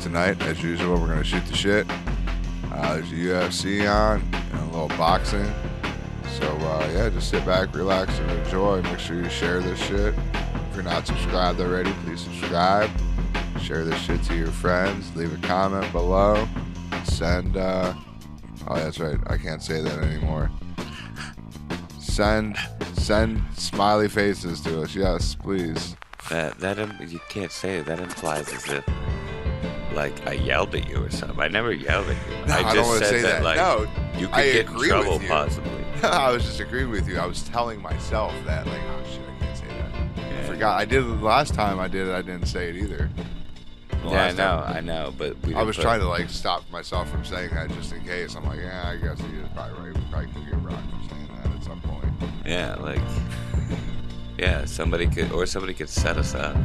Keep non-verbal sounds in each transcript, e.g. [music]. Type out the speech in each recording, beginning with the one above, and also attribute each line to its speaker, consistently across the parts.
Speaker 1: tonight. As usual, we're going to shoot the shit. Uh, there's UFC on and a little boxing. So, uh, yeah, just sit back, relax, and enjoy. Make sure you share this shit. If you're not subscribed already, please subscribe. Share this shit to your friends. Leave a comment below. Send, uh, oh, that's right. I can't say that anymore. Send, send smiley faces to us. Yes, please.
Speaker 2: That that Im- you can't say it. that implies as if like I yelled at you or something. I never yelled at you.
Speaker 1: No, I
Speaker 2: just
Speaker 1: don't wanna
Speaker 2: said
Speaker 1: say that.
Speaker 2: Like,
Speaker 1: No, [laughs]
Speaker 2: you could
Speaker 1: I
Speaker 2: get in
Speaker 1: agree
Speaker 2: trouble
Speaker 1: with you.
Speaker 2: possibly.
Speaker 1: I was just agreeing with you. I was telling myself that, like, oh shit, I can't say that. I
Speaker 2: Yeah.
Speaker 1: forgot. I did it the last time I did it. I didn't say it either. The
Speaker 2: Yeah, I
Speaker 1: last
Speaker 2: know,
Speaker 1: time-
Speaker 2: I know, but
Speaker 1: I
Speaker 2: we didn't
Speaker 1: was
Speaker 2: put-
Speaker 1: trying to like stop myself from saying that just in case. I'm like, yeah, I guess he is probably right. We probably could get rocked for saying that at some point.
Speaker 2: Yeah, like yeah, somebody could or somebody could set us up.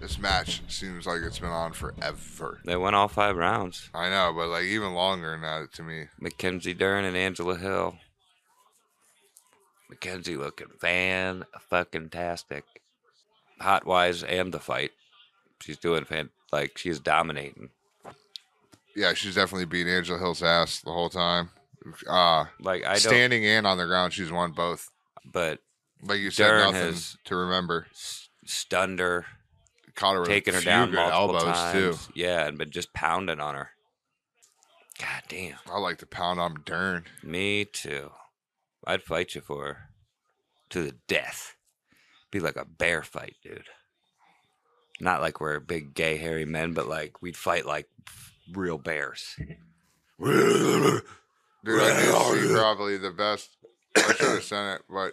Speaker 1: This match seems like it's been on forever.
Speaker 2: They won all five rounds.
Speaker 1: I know, but like even longer than that to me.
Speaker 2: Mackenzie Dern and Angela Hill. Mackenzie looking fan fucking tastic. Hot wise and the fight. She's doing fan like she's dominating.
Speaker 1: Yeah, she's definitely beat Angela Hill's ass the whole time. Uh,
Speaker 2: Like I don't
Speaker 1: standing and on the ground, she's won both.
Speaker 2: but
Speaker 1: Like you said,
Speaker 2: Dern
Speaker 1: nothing
Speaker 2: has-
Speaker 1: to remember.
Speaker 2: s- stunned her,
Speaker 1: Caught her with
Speaker 2: taking
Speaker 1: a
Speaker 2: her
Speaker 1: few
Speaker 2: down
Speaker 1: good
Speaker 2: multiple
Speaker 1: elbows too.
Speaker 2: times. Yeah, and but just pounding on her. God damn.
Speaker 1: I like to pound on Dern.
Speaker 2: Me too. I'd fight you for her. to the death. Be like a bear fight, dude. Not like we're big gay hairy men, but like we'd fight like
Speaker 1: [laughs]
Speaker 2: real bears.
Speaker 1: Dude, I did see probably the best. I should have sent it, but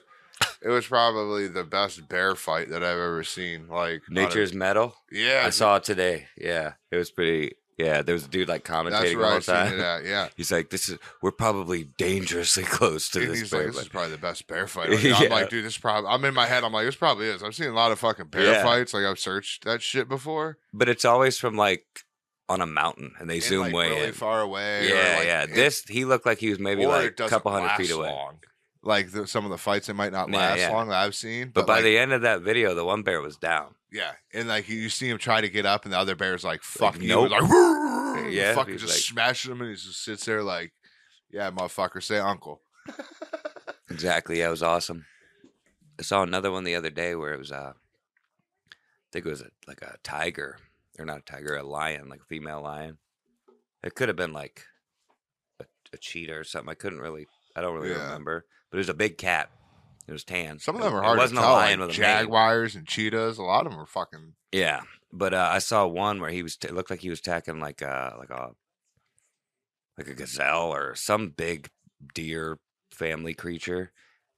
Speaker 1: it was probably the best bear fight that I've ever seen. Like on a-
Speaker 2: Nature's metal.
Speaker 1: yeah,
Speaker 2: I saw it today. Yeah, it was pretty. Yeah, there was a dude like
Speaker 1: that's
Speaker 2: commentating
Speaker 1: where
Speaker 2: all
Speaker 1: I
Speaker 2: the
Speaker 1: seen it
Speaker 2: time.
Speaker 1: at. Yeah,
Speaker 2: He's like, "This is we're probably dangerously [laughs] close [laughs] to
Speaker 1: and
Speaker 2: this
Speaker 1: he's
Speaker 2: bear
Speaker 1: like, this is
Speaker 2: fight."
Speaker 1: probably the best bear
Speaker 2: [laughs]
Speaker 1: fight. I've seen." I'm
Speaker 2: Yeah.
Speaker 1: like, dude, this probably. I'm in my head. I'm like, this probably is. I've seen a lot of fucking bear
Speaker 2: Yeah.
Speaker 1: fights. Like I've searched that shit before.
Speaker 2: But it's always from like on a mountain, and they
Speaker 1: And,
Speaker 2: zoom
Speaker 1: like,
Speaker 2: way
Speaker 1: really
Speaker 2: in.
Speaker 1: far away. or,
Speaker 2: yeah,
Speaker 1: like,
Speaker 2: yeah.
Speaker 1: it-
Speaker 2: This he looked like he was maybe
Speaker 1: or
Speaker 2: like
Speaker 1: it
Speaker 2: a
Speaker 1: doesn't
Speaker 2: couple hundred feet
Speaker 1: last
Speaker 2: away.
Speaker 1: long. Like the, some of the fights, it might not
Speaker 2: Yeah,
Speaker 1: last
Speaker 2: yeah.
Speaker 1: long that I've seen.
Speaker 2: But, by
Speaker 1: like,
Speaker 2: the end of that video, the one bear was down.
Speaker 1: Yeah, and like you see him try to get up, and the other bear's like, "Fuck you!"
Speaker 2: nope.
Speaker 1: Like,
Speaker 2: [laughs]
Speaker 1: "Roar!"
Speaker 2: Yeah,
Speaker 1: fucking
Speaker 2: he's
Speaker 1: just
Speaker 2: like-
Speaker 1: smashes him, and he just sits there like, "Yeah, motherfucker, say uncle."
Speaker 2: Exactly. That was awesome. I saw another one the other day where it was, uh, I think it was a, like a tiger, or not a tiger, a lion, like a female lion. It could have been like a, a cheetah or something. I couldn't really, I don't really
Speaker 1: Yeah.
Speaker 2: remember. But it was a big cat. It was tan.
Speaker 1: Some of
Speaker 2: It-
Speaker 1: them are
Speaker 2: it
Speaker 1: hard to
Speaker 2: wasn't a
Speaker 1: tell.
Speaker 2: lion
Speaker 1: like
Speaker 2: with a name.
Speaker 1: jaguars and cheetahs. A lot of them are fucking.
Speaker 2: Yeah, but uh, I saw one where he was. T- it looked like he was attacking like a like a like a gazelle or some big deer family creature,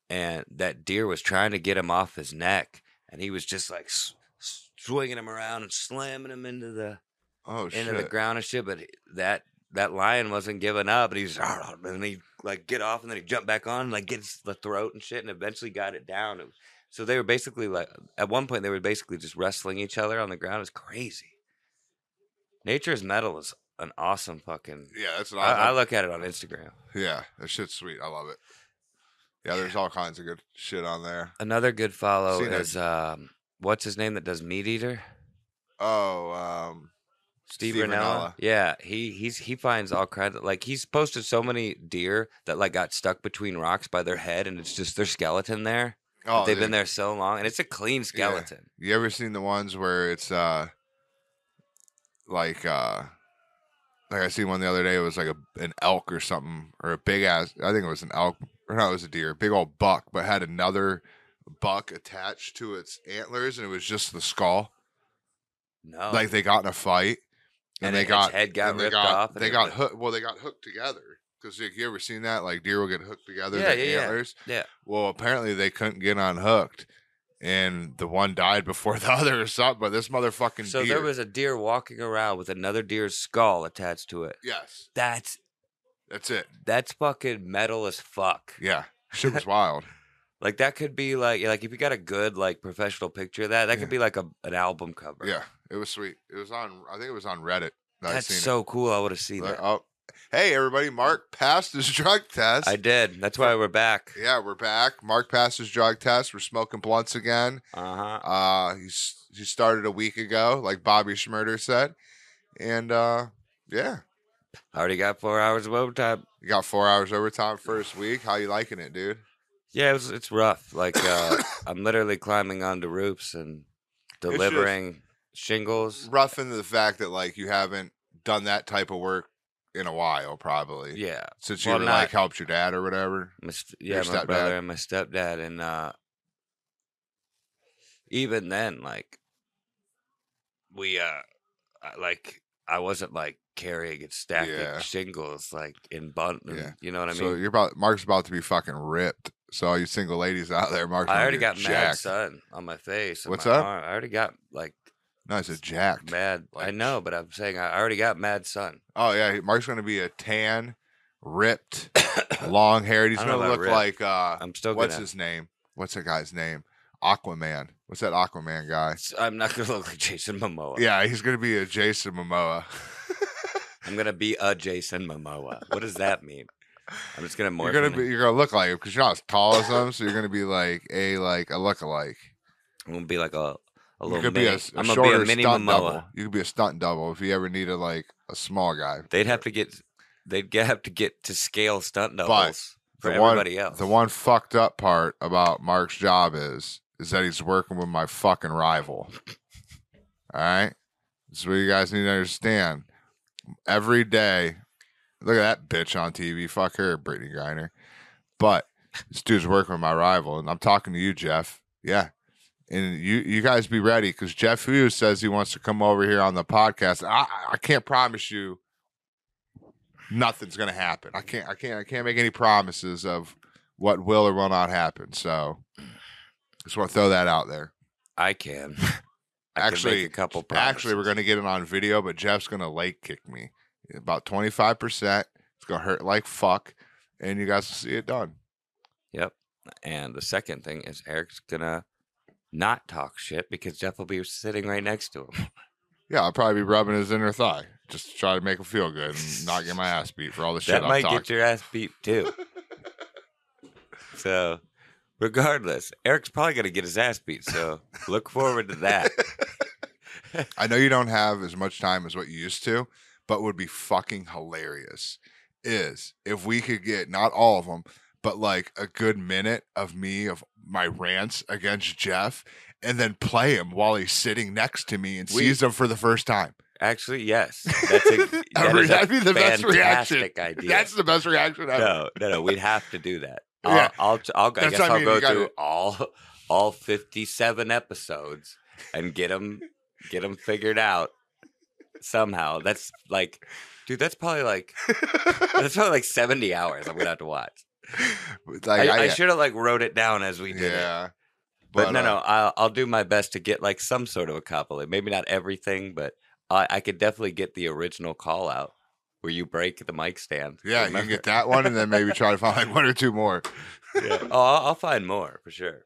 Speaker 2: and that deer was trying to get him off his neck, and he was just like s- s- swinging him around and slamming him into the
Speaker 1: Oh shit!
Speaker 2: into the ground and shit. But that that lion wasn't giving up, and he was [laughs] and then he like get off, and then he jumped back on, and like gets the throat and shit, and eventually got it down. It was- so they were basically like at one point they were basically just wrestling each other on the ground. It's crazy. Nature's metal is an awesome fucking.
Speaker 1: yeah, that's what
Speaker 2: I,
Speaker 1: I,
Speaker 2: I look at it on Instagram.
Speaker 1: Yeah, that shit's sweet. I love it. Yeah, there's all kinds of good shit on there.
Speaker 2: Another good follow
Speaker 1: Seen it.
Speaker 2: is um, what's his name that does Meat Eater.
Speaker 1: Oh, um,
Speaker 2: Steve,
Speaker 1: Steve
Speaker 2: Steve
Speaker 1: Rinella.
Speaker 2: Yeah, he he's he finds all kinds of like he's posted so many deer that like got stuck between rocks by their head and it's just their skeleton there.
Speaker 1: oh,
Speaker 2: They've
Speaker 1: dude.
Speaker 2: been there so long and it's a clean skeleton.
Speaker 1: You ever seen the ones where it's uh like uh like I seen one the other day, it was like a an elk or something, or a big ass I think it was an elk or no, it was a deer, big old buck, but had another buck attached to its antlers and it was just the skull.
Speaker 2: No.
Speaker 1: Like they got in a fight and,
Speaker 2: Oh. And
Speaker 1: they
Speaker 2: it- its
Speaker 1: got
Speaker 2: head got
Speaker 1: and they
Speaker 2: ripped
Speaker 1: got-
Speaker 2: off and
Speaker 1: They
Speaker 2: it
Speaker 1: got
Speaker 2: was-
Speaker 1: hooked well, they got hooked together. Because you ever seen that? Like deer will get hooked together,
Speaker 2: Yeah,
Speaker 1: their
Speaker 2: yeah, yeah.
Speaker 1: antlers.
Speaker 2: yeah.
Speaker 1: Well, apparently they couldn't get unhooked, and the one died before [laughs] the other or something. But this motherfucking
Speaker 2: So
Speaker 1: deer,
Speaker 2: there was a deer walking around with another deer's skull attached to it.
Speaker 1: yes,
Speaker 2: That's
Speaker 1: that's it.
Speaker 2: that's fucking metal as fuck.
Speaker 1: Yeah, shit was
Speaker 2: [laughs]
Speaker 1: wild.
Speaker 2: Like that could be like like if you got a good like professional picture of that, that
Speaker 1: Yeah.
Speaker 2: could be like a an album cover.
Speaker 1: Yeah, it was sweet. It was on. I think it was on Reddit. that I
Speaker 2: That's
Speaker 1: seen it.
Speaker 2: so cool. I would have seen
Speaker 1: Like,
Speaker 2: that.
Speaker 1: oh, Hey, everybody, Mark passed his drug test.
Speaker 2: I did. That's why we're back.
Speaker 1: yeah, we're back. Mark passed his drug test. We're smoking blunts again.
Speaker 2: Uh huh.
Speaker 1: Uh, he's he started a week ago, like Bobby Schmurder said, and uh, yeah,
Speaker 2: Already got four hours of overtime.
Speaker 1: you got four hours overtime first week. How you liking it, dude?
Speaker 2: Yeah, it was, it's rough. Like
Speaker 1: [coughs]
Speaker 2: uh, I'm literally climbing onto roofs and
Speaker 1: just-
Speaker 2: delivering shingles.
Speaker 1: Rough into the fact that like you haven't done that type of work in a while, probably
Speaker 2: Yeah,
Speaker 1: since
Speaker 2: Well,
Speaker 1: you were,
Speaker 2: not-
Speaker 1: like helped your dad or whatever.
Speaker 2: my st-
Speaker 1: Your
Speaker 2: yeah, my
Speaker 1: stepdad.
Speaker 2: brother and my stepdad, and uh, even then, like we, uh, I- like I wasn't like carrying and stacking
Speaker 1: Yeah.
Speaker 2: shingles like in bun.
Speaker 1: Yeah.
Speaker 2: You know what I
Speaker 1: So
Speaker 2: mean?
Speaker 1: you're about Mark's about to be fucking ripped. So all you single ladies out there, Mark's
Speaker 2: I
Speaker 1: gonna
Speaker 2: already
Speaker 1: be
Speaker 2: got mad
Speaker 1: jacked.
Speaker 2: sun on my face. and
Speaker 1: What's
Speaker 2: my
Speaker 1: up?
Speaker 2: arm. I already got like
Speaker 1: No, I said jacked.
Speaker 2: mad. I
Speaker 1: Like-
Speaker 2: know, but I'm saying I already got mad sun.
Speaker 1: Oh yeah, he- Mark's gonna be a tan,
Speaker 2: [coughs]
Speaker 1: ripped, long haired. He's
Speaker 2: I don't know
Speaker 1: gonna
Speaker 2: about
Speaker 1: look
Speaker 2: ripped.
Speaker 1: like uh,
Speaker 2: I'm still
Speaker 1: what's
Speaker 2: gonna.
Speaker 1: his name? What's that guy's name? Aquaman. What's that Aquaman guy?
Speaker 2: s- I'm not gonna [laughs] look like Jason Momoa.
Speaker 1: Yeah, he's gonna be a Jason Momoa.
Speaker 2: I'm gonna be a Jason Momoa. What does that mean? I'm just gonna morph.
Speaker 1: [laughs] you're gonna
Speaker 2: into-
Speaker 1: be you're gonna look like him because you're not as tall as him, so you're gonna be like a like a lookalike.
Speaker 2: I'm gonna be like a a
Speaker 1: You
Speaker 2: little
Speaker 1: could
Speaker 2: mini.
Speaker 1: be a,
Speaker 2: I'm
Speaker 1: a
Speaker 2: gonna
Speaker 1: shorter
Speaker 2: be a mini
Speaker 1: stunt
Speaker 2: Momoa.
Speaker 1: double. You could be a stunt double if you ever needed like a small guy.
Speaker 2: They'd have to get they'd get, have to get to scale stunt doubles for
Speaker 1: the one-
Speaker 2: everybody else.
Speaker 1: The one fucked up part about Mark's job is is that he's working with my fucking rival. All right, that's what you guys need to understand. Every day, look at that bitch on TV. Fuck her, Brittany Griner. But this dude's working with my rival, and I'm talking to you, Jeff. Yeah. And you, you guys be ready because Jeff Hughes says he wants to come over here on the podcast. I, I can't promise you nothing's gonna happen. I can't I can't I can't make any promises of what will or will not happen. So just want to throw that out there. [laughs]
Speaker 2: I can. I can
Speaker 1: Actually-
Speaker 2: make a couple.
Speaker 1: Actually, we're gonna get it on video, but Jeff's gonna late kick me about twenty five percent. It's gonna hurt like fuck, and you guys will see it done.
Speaker 2: Yep. And the second thing is Eric's gonna not talk shit because Jeff will be sitting right next to him.
Speaker 1: Yeah, I'll probably be rubbing his inner thigh just to try to make him feel good and not get my ass beat for all the shit
Speaker 2: that
Speaker 1: I've
Speaker 2: might
Speaker 1: talked.
Speaker 2: get your ass beat
Speaker 1: [laughs]
Speaker 2: too. so, regardless, Eric's probably gonna get his ass beat. So look forward
Speaker 1: [laughs]
Speaker 2: to that.
Speaker 1: I know you don't have as much time as what you used to, but would be fucking hilarious is if we could get not all of them, but like a good minute of me of my rants against Jeff and then play him while he's sitting next to me and
Speaker 2: We-
Speaker 1: sees him for the first time.
Speaker 2: Actually, yes.
Speaker 1: [laughs]
Speaker 2: That's a, that
Speaker 1: Every-
Speaker 2: is a
Speaker 1: that'd be the best reaction.
Speaker 2: fantastic idea.
Speaker 1: That's the best reaction ever.
Speaker 2: no, no, no. We'd have to do that.
Speaker 1: [laughs]
Speaker 2: I'll,
Speaker 1: Yeah.
Speaker 2: I'll, I'll, I
Speaker 1: That's
Speaker 2: guess
Speaker 1: what I
Speaker 2: I'll
Speaker 1: mean,
Speaker 2: go
Speaker 1: you gotta-
Speaker 2: through all, all fifty-seven episodes and get them, get them figured out somehow. That's like, dude, that's probably like,
Speaker 1: [laughs]
Speaker 2: that's probably like seventy hours. I'm gonna have to watch.
Speaker 1: like,
Speaker 2: I, I,
Speaker 1: I- uh,
Speaker 2: should have like wrote it down as we did it.
Speaker 1: yeah.
Speaker 2: But, no,
Speaker 1: uh,
Speaker 2: no, I'll, I'll do my best to get like some sort of a compilation. Maybe not everything, but I, I could definitely get the original call out where you break the mic stand.
Speaker 1: Yeah, you can
Speaker 2: Remember?
Speaker 1: get that one and then maybe try to find [laughs] like one or two more.
Speaker 2: [laughs]
Speaker 1: [laughs]
Speaker 2: yeah. Oh, I'll, I'll find more for sure.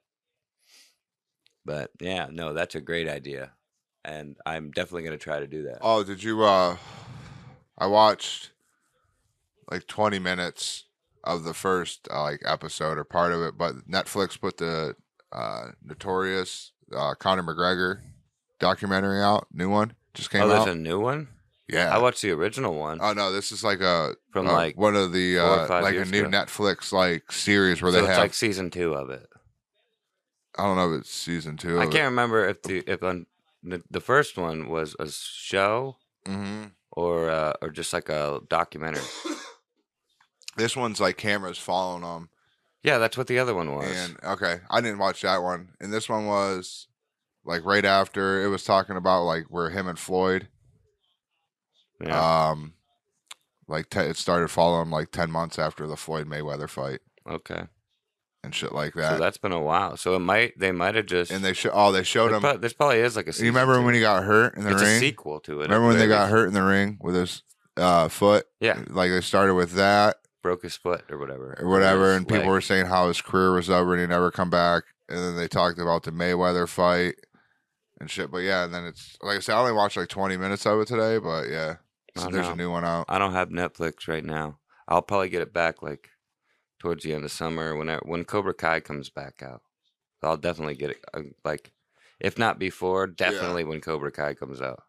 Speaker 2: But yeah, no, that's a great idea, and I'm definitely gonna try to do that.
Speaker 1: Oh, did you? uh I watched like 20 minutes of the first uh, like episode or part of it, but Netflix put the uh notorious uh Conor McGregor documentary out, new one just came
Speaker 2: Oh, there's
Speaker 1: out.
Speaker 2: a new one.
Speaker 1: yeah.
Speaker 2: I watched the original one
Speaker 1: oh no, this is like a
Speaker 2: from
Speaker 1: uh,
Speaker 2: like
Speaker 1: one of the
Speaker 2: four or
Speaker 1: uh
Speaker 2: five
Speaker 1: like a
Speaker 2: years
Speaker 1: new
Speaker 2: ago.
Speaker 1: Netflix like series where
Speaker 2: so
Speaker 1: they
Speaker 2: it's
Speaker 1: have
Speaker 2: like season two of it.
Speaker 1: I don't know if it's season 2
Speaker 2: I can't remember if the if on the, the first one was a show
Speaker 1: hmm
Speaker 2: or uh, or just like a documentary.
Speaker 1: This one's like cameras following them
Speaker 2: Yeah, that's what the other one was.
Speaker 1: And okay, I didn't watch that one. And this one was like right after it was talking about like where him and Floyd,
Speaker 2: yeah.
Speaker 1: um, like te- it started following like ten months after the Floyd Mayweather fight
Speaker 2: okay.
Speaker 1: and shit like
Speaker 2: So
Speaker 1: uh, that.
Speaker 2: that's been a while. So it might they might have just
Speaker 1: and they sho- oh they showed
Speaker 2: there
Speaker 1: him.
Speaker 2: prob- This probably is like a.
Speaker 1: you
Speaker 2: Season
Speaker 1: remember
Speaker 2: two.
Speaker 1: when he got hurt in the
Speaker 2: it's a
Speaker 1: ring?
Speaker 2: sequel to it. at
Speaker 1: Remember
Speaker 2: the
Speaker 1: when they
Speaker 2: very
Speaker 1: got
Speaker 2: least.
Speaker 1: hurt in the ring with his uh, foot?
Speaker 2: Yeah,
Speaker 1: Like they started with that
Speaker 2: broke his foot or whatever.
Speaker 1: or whatever,
Speaker 2: his
Speaker 1: and people
Speaker 2: leg.
Speaker 1: were saying how his career was over and he never come back. And then they talked about the Mayweather fight and shit. But yeah, and then it's like I said, I only watched like twenty minutes of it today, but yeah, So
Speaker 2: Oh,
Speaker 1: there's
Speaker 2: no.
Speaker 1: a new one out.
Speaker 2: I don't have Netflix right now. I'll probably get it back like towards the end of summer when I, when Cobra Kai comes back out. I'll definitely get it uh, like if not before, definitely when Cobra Kai comes out.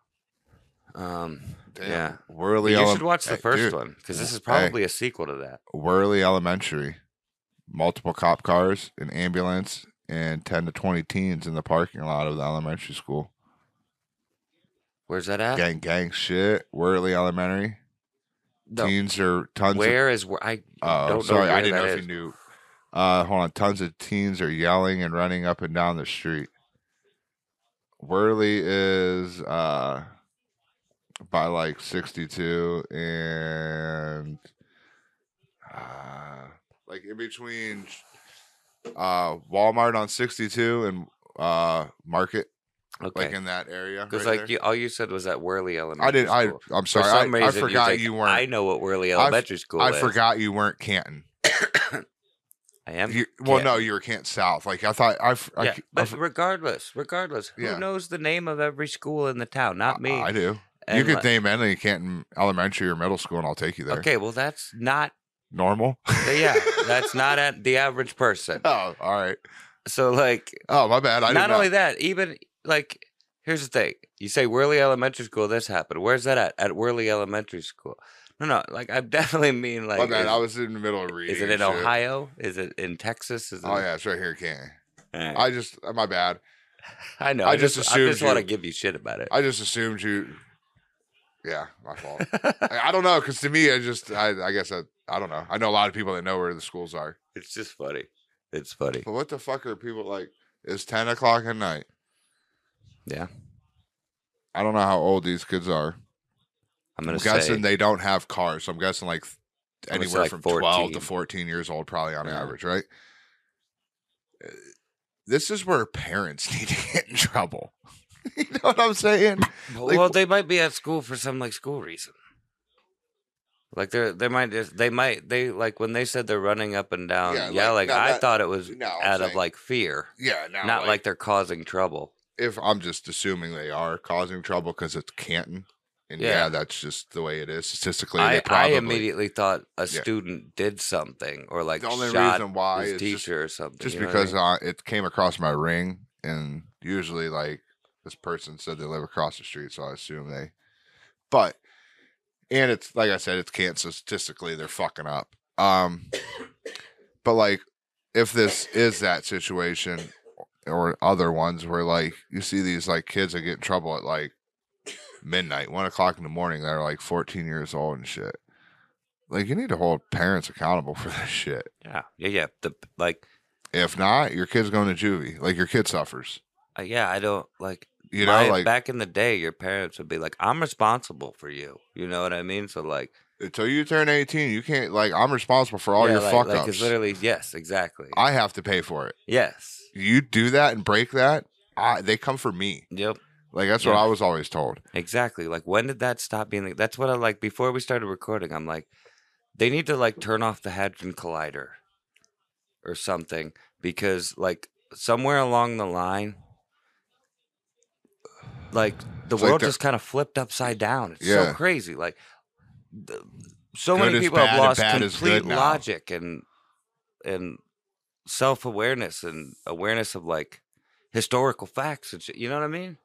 Speaker 2: Um
Speaker 1: Damn.
Speaker 2: yeah. But
Speaker 1: Whirly.
Speaker 2: you
Speaker 1: Ele-
Speaker 2: should watch the
Speaker 1: Hey,
Speaker 2: first
Speaker 1: dude,
Speaker 2: one cuz this is
Speaker 1: Hey.
Speaker 2: probably a sequel to that.
Speaker 1: Whirly Elementary. Multiple cop cars, an ambulance, and ten to twenty teens in the parking lot of the elementary school.
Speaker 2: Where's that at?
Speaker 1: Gang, gang shit. Whirly Elementary.
Speaker 2: No,
Speaker 1: Teens are tons. Of,
Speaker 2: Where is where I
Speaker 1: Oh,
Speaker 2: don't know
Speaker 1: sorry, I
Speaker 2: where
Speaker 1: didn't know
Speaker 2: that
Speaker 1: if
Speaker 2: is.
Speaker 1: you knew. Uh, hold on. Tons of teens are yelling and running up and down the street. Worley is uh, by like 62 and uh, like in between uh, Walmart on 62 and uh, Market,
Speaker 2: okay.
Speaker 1: like in that area.
Speaker 2: Because
Speaker 1: right
Speaker 2: like
Speaker 1: there.
Speaker 2: you, all you said was that Worley Elementary.
Speaker 1: I didn't. I,
Speaker 2: School.
Speaker 1: I'm
Speaker 2: For
Speaker 1: sorry. I,
Speaker 2: some
Speaker 1: I
Speaker 2: reason, you're
Speaker 1: forgot
Speaker 2: like,
Speaker 1: you weren't.
Speaker 2: I
Speaker 1: I,
Speaker 2: know what Worley Elementary School is.
Speaker 1: forgot you weren't Canton.
Speaker 2: I am.
Speaker 1: You, well,
Speaker 2: Canton.
Speaker 1: no, you were Kent South. Like I thought, I, f- I
Speaker 2: yeah,
Speaker 1: c- I
Speaker 2: but
Speaker 1: f-
Speaker 2: regardless, regardless, who
Speaker 1: Yeah.
Speaker 2: knows the name of every school in the town? Not me.
Speaker 1: I do. you
Speaker 2: And
Speaker 1: could
Speaker 2: like-
Speaker 1: name any Canton elementary or middle school, and I'll take you there.
Speaker 2: Okay, well that's not.
Speaker 1: Normal. [laughs]
Speaker 2: Yeah, that's not at the average person.
Speaker 1: oh, all right.
Speaker 2: So like,
Speaker 1: Oh, my bad. I
Speaker 2: not
Speaker 1: didn't
Speaker 2: only
Speaker 1: know.
Speaker 2: that, even like, here's the thing: you say Worley Elementary School, this happened. Where's that at? At Worley Elementary School. No, no, like I [laughs] definitely mean like.
Speaker 1: my bad.
Speaker 2: is-
Speaker 1: I was in the middle of reading.
Speaker 2: Is it in
Speaker 1: and shit.
Speaker 2: Ohio? Is it in Texas? Is it
Speaker 1: Oh yeah, it's right here, Canton.
Speaker 2: Alright.
Speaker 1: I just, uh, my bad.
Speaker 2: I, know.
Speaker 1: I
Speaker 2: I
Speaker 1: just
Speaker 2: just, I
Speaker 1: assumed
Speaker 2: just want to
Speaker 1: you-
Speaker 2: give you shit about it.
Speaker 1: I just assumed you. Yeah, my fault.
Speaker 2: [laughs]
Speaker 1: I, I don't know, because to me, I just, I, I guess I, I don't know. I know a lot of people that know where the schools are,
Speaker 2: it's just funny. It's funny.
Speaker 1: but what the fuck are people like? It's ten o'clock at night.
Speaker 2: Yeah.
Speaker 1: I don't know how old these kids are.
Speaker 2: I'm
Speaker 1: I'm
Speaker 2: gonna
Speaker 1: guessing
Speaker 2: say
Speaker 1: they don't have cars. So I'm guessing like th-
Speaker 2: I'm gonna say,
Speaker 1: anywhere
Speaker 2: like,
Speaker 1: from 12 to
Speaker 2: 14.
Speaker 1: 14 years old, probably on
Speaker 2: Yeah.
Speaker 1: average, right? Uh, This is where parents [laughs] need to get in trouble. [laughs] you know what I'm saying? like-
Speaker 2: well, they might be at school for some like school reason. Like they're they might just they might they like when they said they're running up and down.
Speaker 1: Yeah,
Speaker 2: Yeah,
Speaker 1: like,
Speaker 2: like,
Speaker 1: no,
Speaker 2: I
Speaker 1: not-
Speaker 2: thought it was
Speaker 1: No, I'm
Speaker 2: out of
Speaker 1: saying-
Speaker 2: like fear,
Speaker 1: yeah, no,
Speaker 2: not like, they're causing trouble.
Speaker 1: if I'm just assuming they are causing trouble because it's Canton, and yeah.
Speaker 2: Yeah.
Speaker 1: that's just the way it is statistically.
Speaker 2: I,
Speaker 1: they probably
Speaker 2: I immediately thought a
Speaker 1: Yeah.
Speaker 2: student did something or like
Speaker 1: the only
Speaker 2: shot
Speaker 1: reason why
Speaker 2: his
Speaker 1: is just
Speaker 2: teacher or something.
Speaker 1: just
Speaker 2: you know what I
Speaker 1: because
Speaker 2: mean?
Speaker 1: uh, it came across my ring and usually like this person said they live across the street so i assume they but and it's like i said it's can't so statistically they're fucking up um but like if this is that situation or other ones where like you see these like kids that get in trouble at like midnight one o'clock in the morning they're like 14 years old and shit like you need to hold parents accountable for this shit
Speaker 2: yeah, yeah, yeah. The like
Speaker 1: if not, your kid's going to juvie. Like your kid suffers.
Speaker 2: uh, yeah, I don't like
Speaker 1: You know,
Speaker 2: my-
Speaker 1: like
Speaker 2: back in the day, your parents would be like, "I'm responsible for you." You know what I mean? So like,
Speaker 1: until you turn eighteen, you can't. Like I'm responsible for all
Speaker 2: yeah,
Speaker 1: your
Speaker 2: like,
Speaker 1: fuck
Speaker 2: like,
Speaker 1: ups.
Speaker 2: It's literally yes, exactly.
Speaker 1: I have to pay for it.
Speaker 2: yes.
Speaker 1: You do that and break that, I, they come for me.
Speaker 2: Yep.
Speaker 1: Like that's what
Speaker 2: Yeah.
Speaker 1: I was always told.
Speaker 2: Exactly. Like when did that stop being? Like, that's what I like. Before we started recording, I'm like, they need to like turn off the hadron collider or something because like somewhere along the line, like the
Speaker 1: It's like
Speaker 2: world
Speaker 1: the-
Speaker 2: just kind of flipped upside down. It's
Speaker 1: Yeah.
Speaker 2: so crazy. Like th- so
Speaker 1: Good
Speaker 2: many
Speaker 1: is
Speaker 2: people
Speaker 1: bad
Speaker 2: have
Speaker 1: and
Speaker 2: lost
Speaker 1: bad is good
Speaker 2: complete
Speaker 1: now.
Speaker 2: logic and and self awareness and awareness of like historical facts and shit. You know what I mean?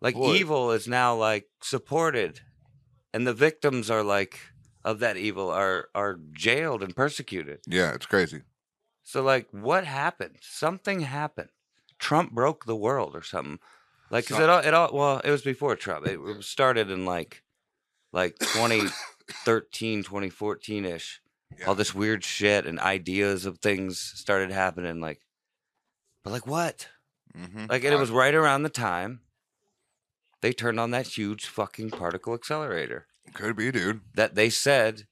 Speaker 2: Like
Speaker 1: Well, it-
Speaker 2: evil is now like supported, and the victims are like of that evil are are jailed and persecuted.
Speaker 1: Yeah, it's crazy.
Speaker 2: So like, what happened? Something happened. Trump broke the world or something. Like, 'cause it all it all well, it was before Trump. It was started in like like 2013, 2014 ish.
Speaker 1: Yeah.
Speaker 2: All this weird shit and ideas of things started happening. Like, but like what?
Speaker 1: Mm-hmm.
Speaker 2: Like, and it was right around the time they turned on that huge fucking particle accelerator
Speaker 1: could be, dude.
Speaker 2: that they said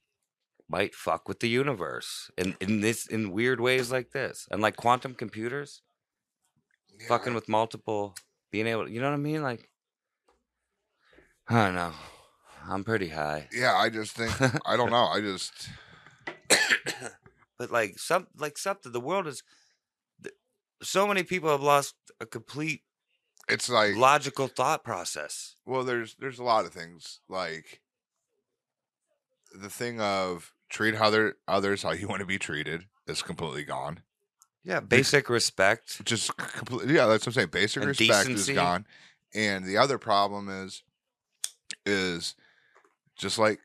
Speaker 2: might fuck with the universe in, in this in weird ways like this. And like quantum computers
Speaker 1: Yeah.
Speaker 2: fucking with multiple being able you know what I mean? Like I don't know. I'm pretty high.
Speaker 1: Yeah, I just think I don't know. I just
Speaker 2: but like some like something the world is th- so many people have lost a complete
Speaker 1: it's like
Speaker 2: [laughs] logical thought process.
Speaker 1: well, there's there's a lot of things like the thing of treat other others how you want to be treated is completely gone.
Speaker 2: Yeah, basic respect.
Speaker 1: Just completely, yeah, that's what I'm saying. Basic
Speaker 2: And
Speaker 1: respect
Speaker 2: decency.
Speaker 1: is gone, and the other problem is, is just like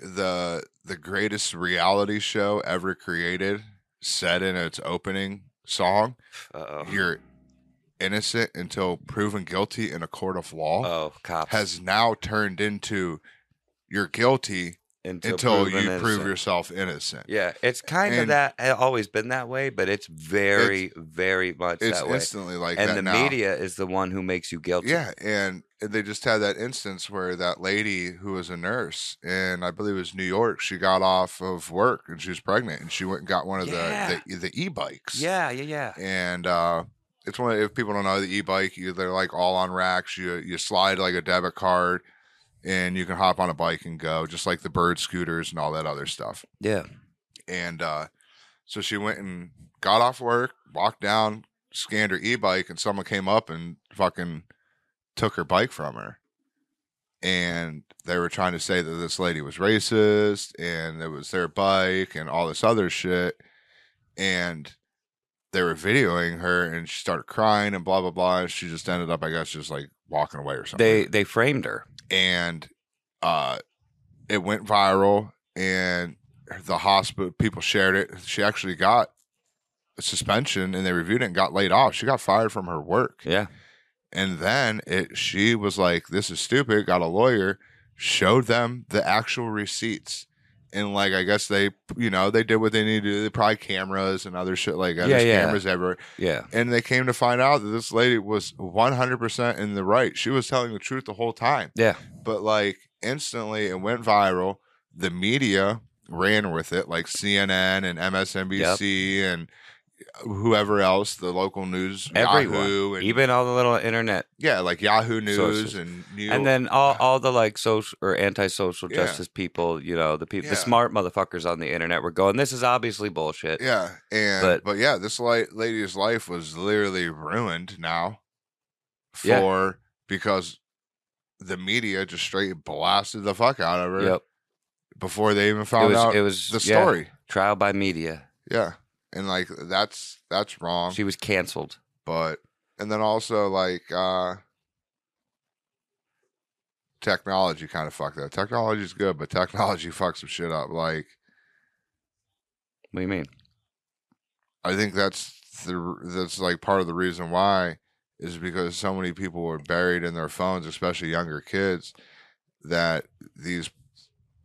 Speaker 1: the the greatest reality show ever created said in its opening song.
Speaker 2: Uh oh.
Speaker 1: You're innocent until proven guilty in a court of law.
Speaker 2: Oh, cops.
Speaker 1: has now turned into you're guilty until, you
Speaker 2: proven
Speaker 1: prove
Speaker 2: innocent.
Speaker 1: yourself innocent.
Speaker 2: Yeah, it's kind of
Speaker 1: And-
Speaker 2: that. It always been that way, but it's very, very much
Speaker 1: It's
Speaker 2: that way.
Speaker 1: instantly like
Speaker 2: and
Speaker 1: that
Speaker 2: the
Speaker 1: now.
Speaker 2: media is the one who makes you guilty.
Speaker 1: Yeah, and they just had that instance where that lady who was a nurse in I believe it was New York, she got off of work and she was pregnant and she went and got one of
Speaker 2: Yeah.
Speaker 1: the, the the e-bikes.
Speaker 2: yeah, yeah, yeah.
Speaker 1: And uh it's one of, if people don't know the e-bike, you, they're like all on racks. You you slide like a debit card and you can hop on a bike and go just like the bird scooters and all that other stuff.
Speaker 2: Yeah.
Speaker 1: And uh, so she went and got off work, walked down, scanned her e bike, and someone came up and fucking took her bike from her. And they were trying to say that this lady was racist and it was their bike and all this other shit. And they were videoing her and she started crying and blah, blah, blah. And she just ended up, I guess, just like walking away or something
Speaker 2: They they framed her.
Speaker 1: and uh, it went viral and the hospital people shared it she actually got a suspension and they reviewed it and got laid off she got fired from her work
Speaker 2: Yeah.
Speaker 1: and then it she was like this is stupid got a lawyer showed them the actual receipts and like i guess they you know they did what they needed to do they probably cameras and other shit like that
Speaker 2: Yeah,
Speaker 1: There's
Speaker 2: yeah.
Speaker 1: cameras everywhere
Speaker 2: Yeah.
Speaker 1: and they came to find out that this lady was 100% in the right she was telling the truth the whole time
Speaker 2: Yeah.
Speaker 1: but like instantly it went viral the media ran with it like cnn and msnbc and whoever else the local news
Speaker 2: Everyone.
Speaker 1: yahoo and
Speaker 2: Even all the little internet
Speaker 1: yeah like yahoo news
Speaker 2: Sources.
Speaker 1: and new
Speaker 2: and then all, all the like social or anti-social
Speaker 1: Yeah.
Speaker 2: justice people, you know, the people,
Speaker 1: Yeah.
Speaker 2: the smart motherfuckers on the internet were going, "This is obviously bullshit."
Speaker 1: yeah and but,
Speaker 2: But-
Speaker 1: yeah this li- lady's life was literally ruined now for
Speaker 2: Yeah.
Speaker 1: because the media just straight blasted the fuck out of her
Speaker 2: Yep.
Speaker 1: before they even
Speaker 2: It
Speaker 1: found out
Speaker 2: was it was
Speaker 1: the
Speaker 2: yeah,
Speaker 1: story
Speaker 2: trial by media.
Speaker 1: yeah and like that's that's wrong
Speaker 2: She was canceled.
Speaker 1: but and then also like uh technology kind of fucked that technology's good but technology [laughs] fucks some shit up like
Speaker 2: What do you mean?
Speaker 1: i think that's the that's like part of the reason why is because so many people were buried in their phones especially younger kids that these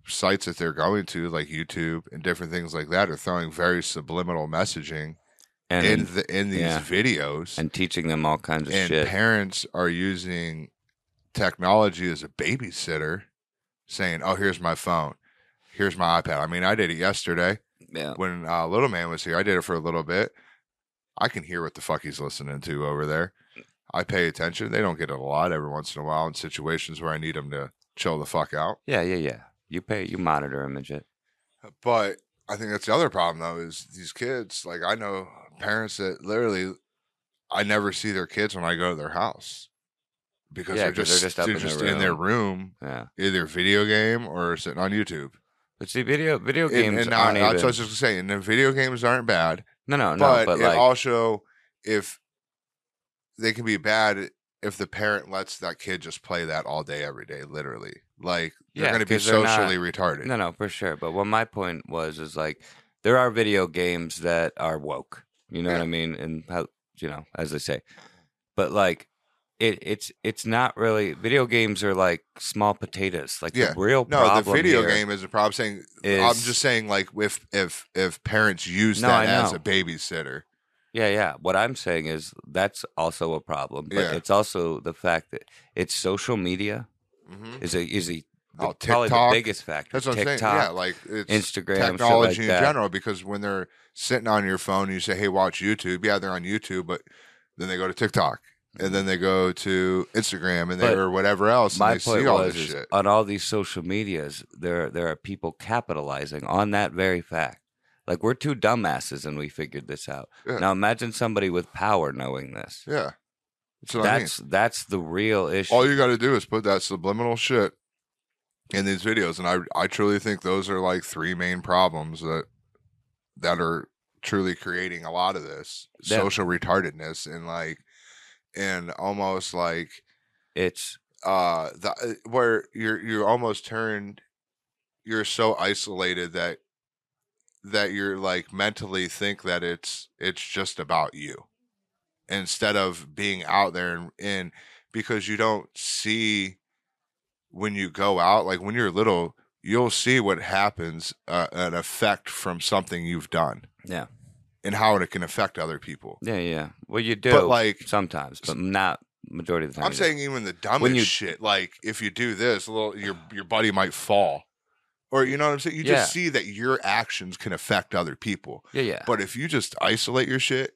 Speaker 1: sites that they're going to like youtube and different things like that are throwing very subliminal messaging
Speaker 2: And
Speaker 1: in the, in these
Speaker 2: yeah.
Speaker 1: videos
Speaker 2: and teaching them all kinds of
Speaker 1: and
Speaker 2: shit.
Speaker 1: parents are using technology as a babysitter saying oh here's my phone here's my ipad i mean i did it yesterday
Speaker 2: yeah.
Speaker 1: when uh, little man was here i did it for a little bit i can hear what the fuck he's listening to over there i pay attention they don't get it a lot every once in a while in situations where i need them to chill the fuck out
Speaker 2: Yeah, yeah, yeah. You pay, you monitor image it.
Speaker 1: But I think that's the other problem though is these kids. Like I know parents that literally, I never see their kids when I go to their house because
Speaker 2: Yeah,
Speaker 1: they're
Speaker 2: 'cause
Speaker 1: just they're just, in, their room,
Speaker 2: Yeah.
Speaker 1: either video game or sitting on YouTube.
Speaker 2: But see, video video
Speaker 1: And-
Speaker 2: games
Speaker 1: and I,
Speaker 2: aren't
Speaker 1: that's what I
Speaker 2: even.
Speaker 1: was just saying. The video games aren't bad,
Speaker 2: no, no, no.
Speaker 1: but,
Speaker 2: But,
Speaker 1: it
Speaker 2: like,
Speaker 1: also if they can be bad if the parent lets that kid just play that all day every day, literally. Like they're
Speaker 2: Yeah,
Speaker 1: going to be
Speaker 2: 'cause they're not-
Speaker 1: socially retarded.
Speaker 2: no, no, for sure. But what my point was is like, there are video games that are woke. You know what I mean? And how you know, as they say, but like. It, it's it's not really video games are like small potatoes like
Speaker 1: Yeah.
Speaker 2: the real
Speaker 1: No, the
Speaker 2: problem
Speaker 1: video
Speaker 2: here
Speaker 1: game is a problem. Saying
Speaker 2: is
Speaker 1: I'm just saying, like, if if if parents use
Speaker 2: No,
Speaker 1: that
Speaker 2: I
Speaker 1: as
Speaker 2: know.
Speaker 1: a babysitter,
Speaker 2: Yeah, yeah. What I'm saying is that's also a problem, but
Speaker 1: Yeah.
Speaker 2: it's also the fact that it's social media is a is a
Speaker 1: Oh,
Speaker 2: the- probably the
Speaker 1: TikTok.
Speaker 2: biggest factor.
Speaker 1: that's what I'm
Speaker 2: TikTok,
Speaker 1: saying. Yeah, like it's
Speaker 2: Instagram, shit
Speaker 1: technology
Speaker 2: like
Speaker 1: in
Speaker 2: that.
Speaker 1: general. Because when they're sitting on your phone, you say, "Hey, watch YouTube." Yeah, they're on YouTube, but then they go to TikTok, and then they go to Instagram, and they
Speaker 2: Mm-hmm. But
Speaker 1: or whatever else.
Speaker 2: My
Speaker 1: and they see
Speaker 2: point
Speaker 1: all
Speaker 2: was
Speaker 1: this
Speaker 2: is
Speaker 1: shit.
Speaker 2: on all these social medias, there there are people capitalizing on that very fact. Like we're two dumbasses and we figured this out.
Speaker 1: Yeah.
Speaker 2: Now imagine somebody with power knowing this.
Speaker 1: Yeah, that's what I mean.
Speaker 2: that's that's the real issue.
Speaker 1: All you got to do is put that subliminal shit in these videos and I I truly think those are like three main problems that that are truly creating a lot of this
Speaker 2: That-
Speaker 1: social retardedness and like and almost like
Speaker 2: It's
Speaker 1: uh the, where you're you're almost turned you're so isolated that that you're like mentally think that it's it's just about you instead of being out there and, and because you don't see when you go out like when you're little you'll see what happens uh, an effect from something you've done
Speaker 2: Yeah.
Speaker 1: and how it can affect other people
Speaker 2: yeah, yeah. Well, you do
Speaker 1: but like
Speaker 2: sometimes, but not majority of the time.
Speaker 1: I'm
Speaker 2: you do.
Speaker 1: saying even the dumbest
Speaker 2: you-
Speaker 1: shit. Like if you do this, a little your your buddy might fall, or you know what I'm saying. You
Speaker 2: Yeah.
Speaker 1: just see that your actions can affect other people.
Speaker 2: yeah, yeah.
Speaker 1: But if you just isolate your shit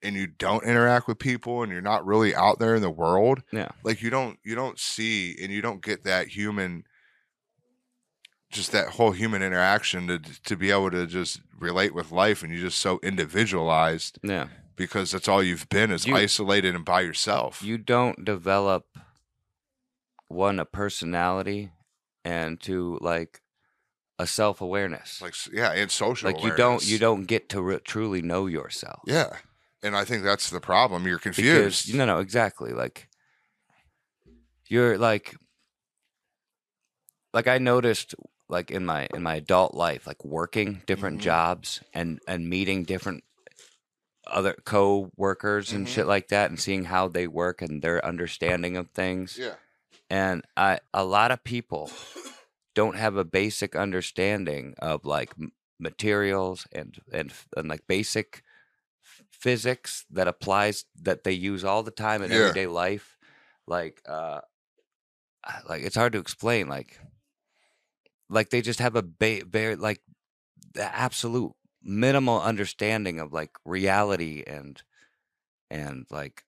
Speaker 1: and you don't interact with people and you're not really out there in the world,
Speaker 2: Yeah.
Speaker 1: like you don't you don't see and you don't get that human, just that whole human interaction to to be able to just relate with life, and you're just so individualized
Speaker 2: yeah.
Speaker 1: because that's all you've been is
Speaker 2: You-
Speaker 1: isolated and by yourself.
Speaker 2: You don't develop one a personality and two like a self awareness.
Speaker 1: like s- yeah and social
Speaker 2: like you don't you
Speaker 1: awareness.
Speaker 2: don't get to re- truly know yourself.
Speaker 1: yeah and i think that's the problem you're confused
Speaker 2: because no no exactly like you're like like i noticed like in my in my adult life like working different
Speaker 1: Mhm.
Speaker 2: jobs and and meeting different other co-workers and
Speaker 1: Mhm.
Speaker 2: shit like that and seeing how they work and their understanding of things
Speaker 1: yeah
Speaker 2: and i a lot of people don't have a basic understanding of like m- materials and and f- and like basic f- physics that applies that they use all the time in
Speaker 1: Yeah.
Speaker 2: everyday life like uh I- like it's hard to explain like like they just have a ba- very like the absolute minimal understanding of like reality and and like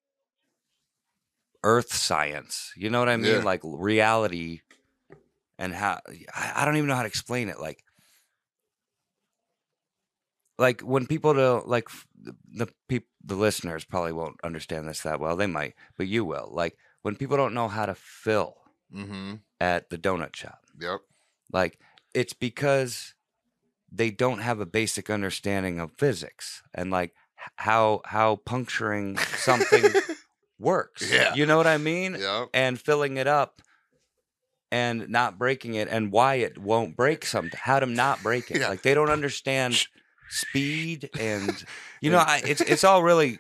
Speaker 2: earth science you know what i mean
Speaker 1: Yeah.
Speaker 2: like l- reality and how I, I don't even know how to explain it like like when people don't like f- the, the people the listeners probably won't understand this that well they might but you will like when people don't know how to fill
Speaker 1: mm-hmm
Speaker 2: at the donut shop
Speaker 1: yep
Speaker 2: like it's because they don't have a basic understanding of physics and like h- how how puncturing something works.
Speaker 1: Yeah.
Speaker 2: You know what I mean?
Speaker 1: [laughs] yep
Speaker 2: And filling it up and not breaking it and why it won't break something. How to not break it.
Speaker 1: Yeah.
Speaker 2: Like
Speaker 1: [laughs]
Speaker 2: they don't understand speed and you know, I it's it's all really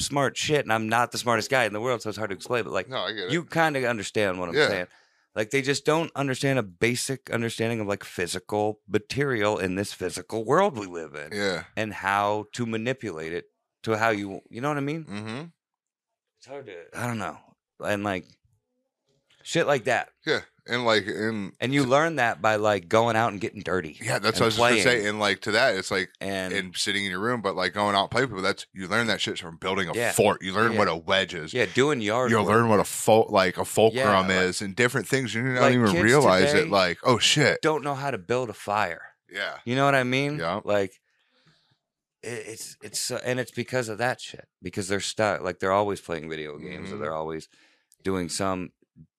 Speaker 2: smart shit and I'm not the smartest guy in the world, so it's hard to explain, but like
Speaker 1: no i get it
Speaker 2: you kind of understand what I'm
Speaker 1: Yeah.
Speaker 2: saying. Like they just don't understand a basic understanding of like physical material in this physical world we live in
Speaker 1: yeah
Speaker 2: and how to manipulate it to how you you know what I mean?
Speaker 1: mm-hmm
Speaker 2: It's hard to I don't know. And like shit like that.
Speaker 1: yeah and like and
Speaker 2: And you learn that by like going out and getting dirty.
Speaker 1: yeah that's
Speaker 2: and
Speaker 1: what i was just gonna
Speaker 2: playing.
Speaker 1: say and like to that it's like
Speaker 2: And,
Speaker 1: and, sitting in your room but like going out and playing with people that's you learn that shit from building a
Speaker 2: Yeah.
Speaker 1: fort you learn
Speaker 2: Yeah.
Speaker 1: what a wedge is
Speaker 2: yeah, doing yard
Speaker 1: You'll
Speaker 2: work.
Speaker 1: learn what a fol- like a fulcrum
Speaker 2: like-
Speaker 1: is and different things. You don't
Speaker 2: Like
Speaker 1: even
Speaker 2: kids
Speaker 1: realize
Speaker 2: today
Speaker 1: it. Like, oh shit,
Speaker 2: don't know how to build a fire.
Speaker 1: yeah,
Speaker 2: You know what I mean?
Speaker 1: Yeah.
Speaker 2: Like i- it's it's so, and it's because of that shit because they're stuck like they're always playing video games or
Speaker 1: Mhm.
Speaker 2: they're always doing some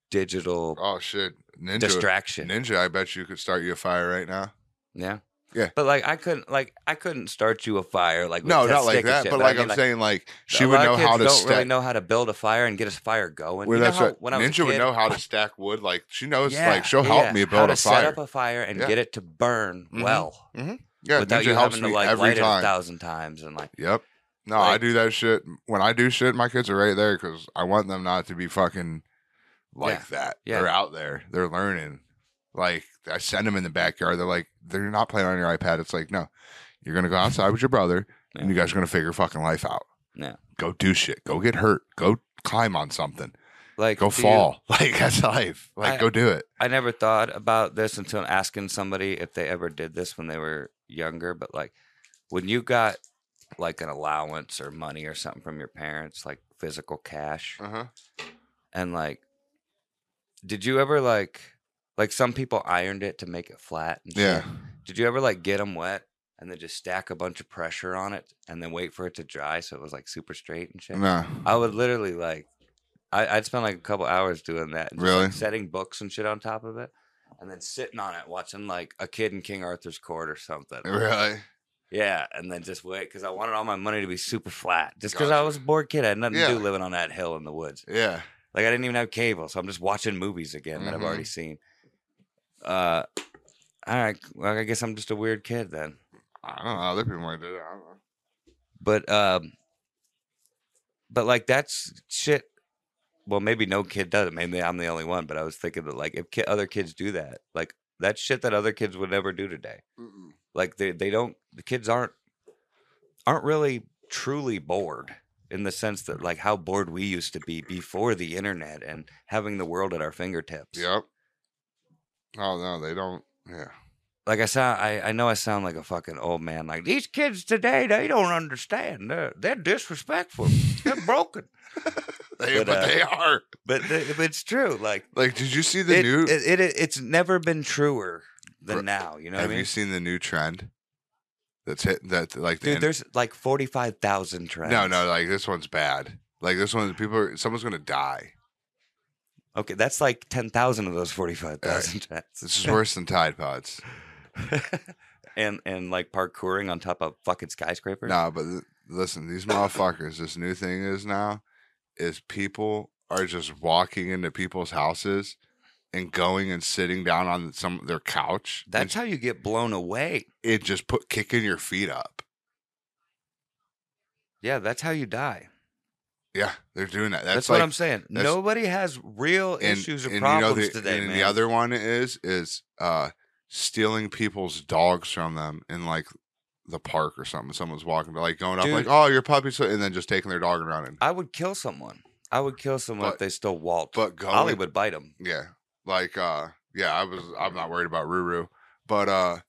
Speaker 2: digital
Speaker 1: oh shit, ninja,
Speaker 2: distraction.
Speaker 1: ninja. I bet you could start you a fire right now.
Speaker 2: Yeah.
Speaker 1: Yeah.
Speaker 2: But like I couldn't like I couldn't start you a fire like with
Speaker 1: No,
Speaker 2: that
Speaker 1: not like
Speaker 2: stick and
Speaker 1: that.
Speaker 2: shit,
Speaker 1: But
Speaker 2: I
Speaker 1: like
Speaker 2: mean,
Speaker 1: I'm saying, like she
Speaker 2: a
Speaker 1: would
Speaker 2: lot of
Speaker 1: know how
Speaker 2: kids
Speaker 1: to
Speaker 2: don't really
Speaker 1: stack.
Speaker 2: know how to build a fire and get a fire going.
Speaker 1: Well,
Speaker 2: you know
Speaker 1: that's
Speaker 2: how,
Speaker 1: what-
Speaker 2: when I was a
Speaker 1: Ninja would
Speaker 2: kid-
Speaker 1: know how
Speaker 2: [laughs]
Speaker 1: to stack wood. Like she knows,
Speaker 2: yeah,
Speaker 1: like she'll
Speaker 2: yeah,
Speaker 1: help
Speaker 2: yeah,
Speaker 1: me
Speaker 2: how
Speaker 1: build
Speaker 2: to
Speaker 1: a
Speaker 2: set
Speaker 1: fire.
Speaker 2: up a fire and
Speaker 1: Yeah.
Speaker 2: get it to burn
Speaker 1: Mhm.
Speaker 2: well
Speaker 1: yeah,
Speaker 2: without
Speaker 1: Ninja
Speaker 2: you
Speaker 1: helps
Speaker 2: having to
Speaker 1: me
Speaker 2: like
Speaker 1: every
Speaker 2: light it a
Speaker 1: time.
Speaker 2: thousand times and like
Speaker 1: Yep. No, I
Speaker 2: Like-
Speaker 1: do that shit. When I do shit, my kids are right there because I want them not to be fucking like
Speaker 2: Yeah.
Speaker 1: that.
Speaker 2: Yeah.
Speaker 1: They're out there. They're learning. Like I send them in the backyard. They're like, they're not playing on your iPad. It's like, no, you're gonna go outside with your brother, and
Speaker 2: Yeah.
Speaker 1: you guys are gonna figure fucking life out.
Speaker 2: Yeah.
Speaker 1: Go do shit. Go get hurt. Go climb on something.
Speaker 2: like
Speaker 1: Go
Speaker 2: do you-
Speaker 1: fall. [laughs] Like that's life. Like
Speaker 2: I-
Speaker 1: go do it.
Speaker 2: I never thought about this until asking somebody if they ever did this when they were younger. But like when you got like an allowance or money or something from your parents, like physical cash,
Speaker 1: Uh-huh.
Speaker 2: and like, did you ever like, like some people ironed it to make it flat? And shit.
Speaker 1: Yeah.
Speaker 2: Did you ever like get them wet and then just stack a bunch of pressure on it and then wait for it to dry so it was like super straight and shit?
Speaker 1: No.
Speaker 2: I would literally like, I, I'd spend like a couple hours doing that. and just, like,
Speaker 1: Really?
Speaker 2: setting books and shit on top of it. and then sitting on it watching like a kid in King Arthur's court or something.
Speaker 1: Really?
Speaker 2: Yeah, and then just wait because I wanted all my money to be super flat. Just because I was a bored kid, I had nothing to
Speaker 1: Yeah.
Speaker 2: do living on that hill in the woods.
Speaker 1: Yeah.
Speaker 2: Like I didn't even have cable, so I'm just watching movies again that I've
Speaker 1: Mhm.
Speaker 2: already seen. Uh, all right. Well, I guess I'm just a weird kid then.
Speaker 1: I don't know. Other people might do that. I don't know.
Speaker 2: But um, but like that's shit. Well, maybe no kid does it. Maybe I'm the only one. But I was thinking that like if ki- other kids do that, like that's shit that other kids would never do today.
Speaker 1: Mm-mm.
Speaker 2: like they, they don't the kids aren't aren't really truly bored in the sense that like how bored we used to be before the internet and having the world at our fingertips
Speaker 1: Yep. Oh no, they don't. Yeah.
Speaker 2: like i sound I, I know i sound like a fucking old man like these kids today they don't understand they're, they're disrespectful they're broken
Speaker 1: They,
Speaker 2: But,
Speaker 1: but,
Speaker 2: uh,
Speaker 1: they are.
Speaker 2: but th- it's true like
Speaker 1: Like, did you see the
Speaker 2: it,
Speaker 1: new?
Speaker 2: it, it, it's never been truer
Speaker 1: Bro,
Speaker 2: than now you know what i
Speaker 1: have
Speaker 2: mean
Speaker 1: you seen the new trend? That's hit. That like the
Speaker 2: dude
Speaker 1: in-
Speaker 2: there's like 45000 trends
Speaker 1: no, no. Like this one's bad. Like this one, people. Are, someone's gonna die.
Speaker 2: okay that's like 10000 of those 45000 trends
Speaker 1: This is worse than Tide Pods.
Speaker 2: [laughs] and and like parkouring on top of fucking skyscrapers.
Speaker 1: No, but th- listen, these motherfuckers. This new thing is now is people are just walking into people's houses and going and sitting down on some their couch. and
Speaker 2: That's how you get blown away.
Speaker 1: it just put kicking your feet up.
Speaker 2: Yeah, that's how you die.
Speaker 1: Yeah, they're doing that. That's,
Speaker 2: That's,
Speaker 1: like,
Speaker 2: what I'm saying.
Speaker 1: that's-
Speaker 2: Nobody has real
Speaker 1: and-
Speaker 2: issues or
Speaker 1: and you know
Speaker 2: problems
Speaker 1: the,
Speaker 2: today,
Speaker 1: and
Speaker 2: man.
Speaker 1: the other one is is uh stealing people's dogs from them in like the park or something. Someone's walking, like going up, like,
Speaker 2: Dude.
Speaker 1: "Oh, your puppy's," so-" and then just taking their dog and running.
Speaker 2: I would kill someone. I would kill someone
Speaker 1: But-
Speaker 2: if they stole Walt.
Speaker 1: But going,
Speaker 2: Ollie would bite him.
Speaker 1: yeah, like, uh, yeah, I was, I'm not worried about Ruru, but uh,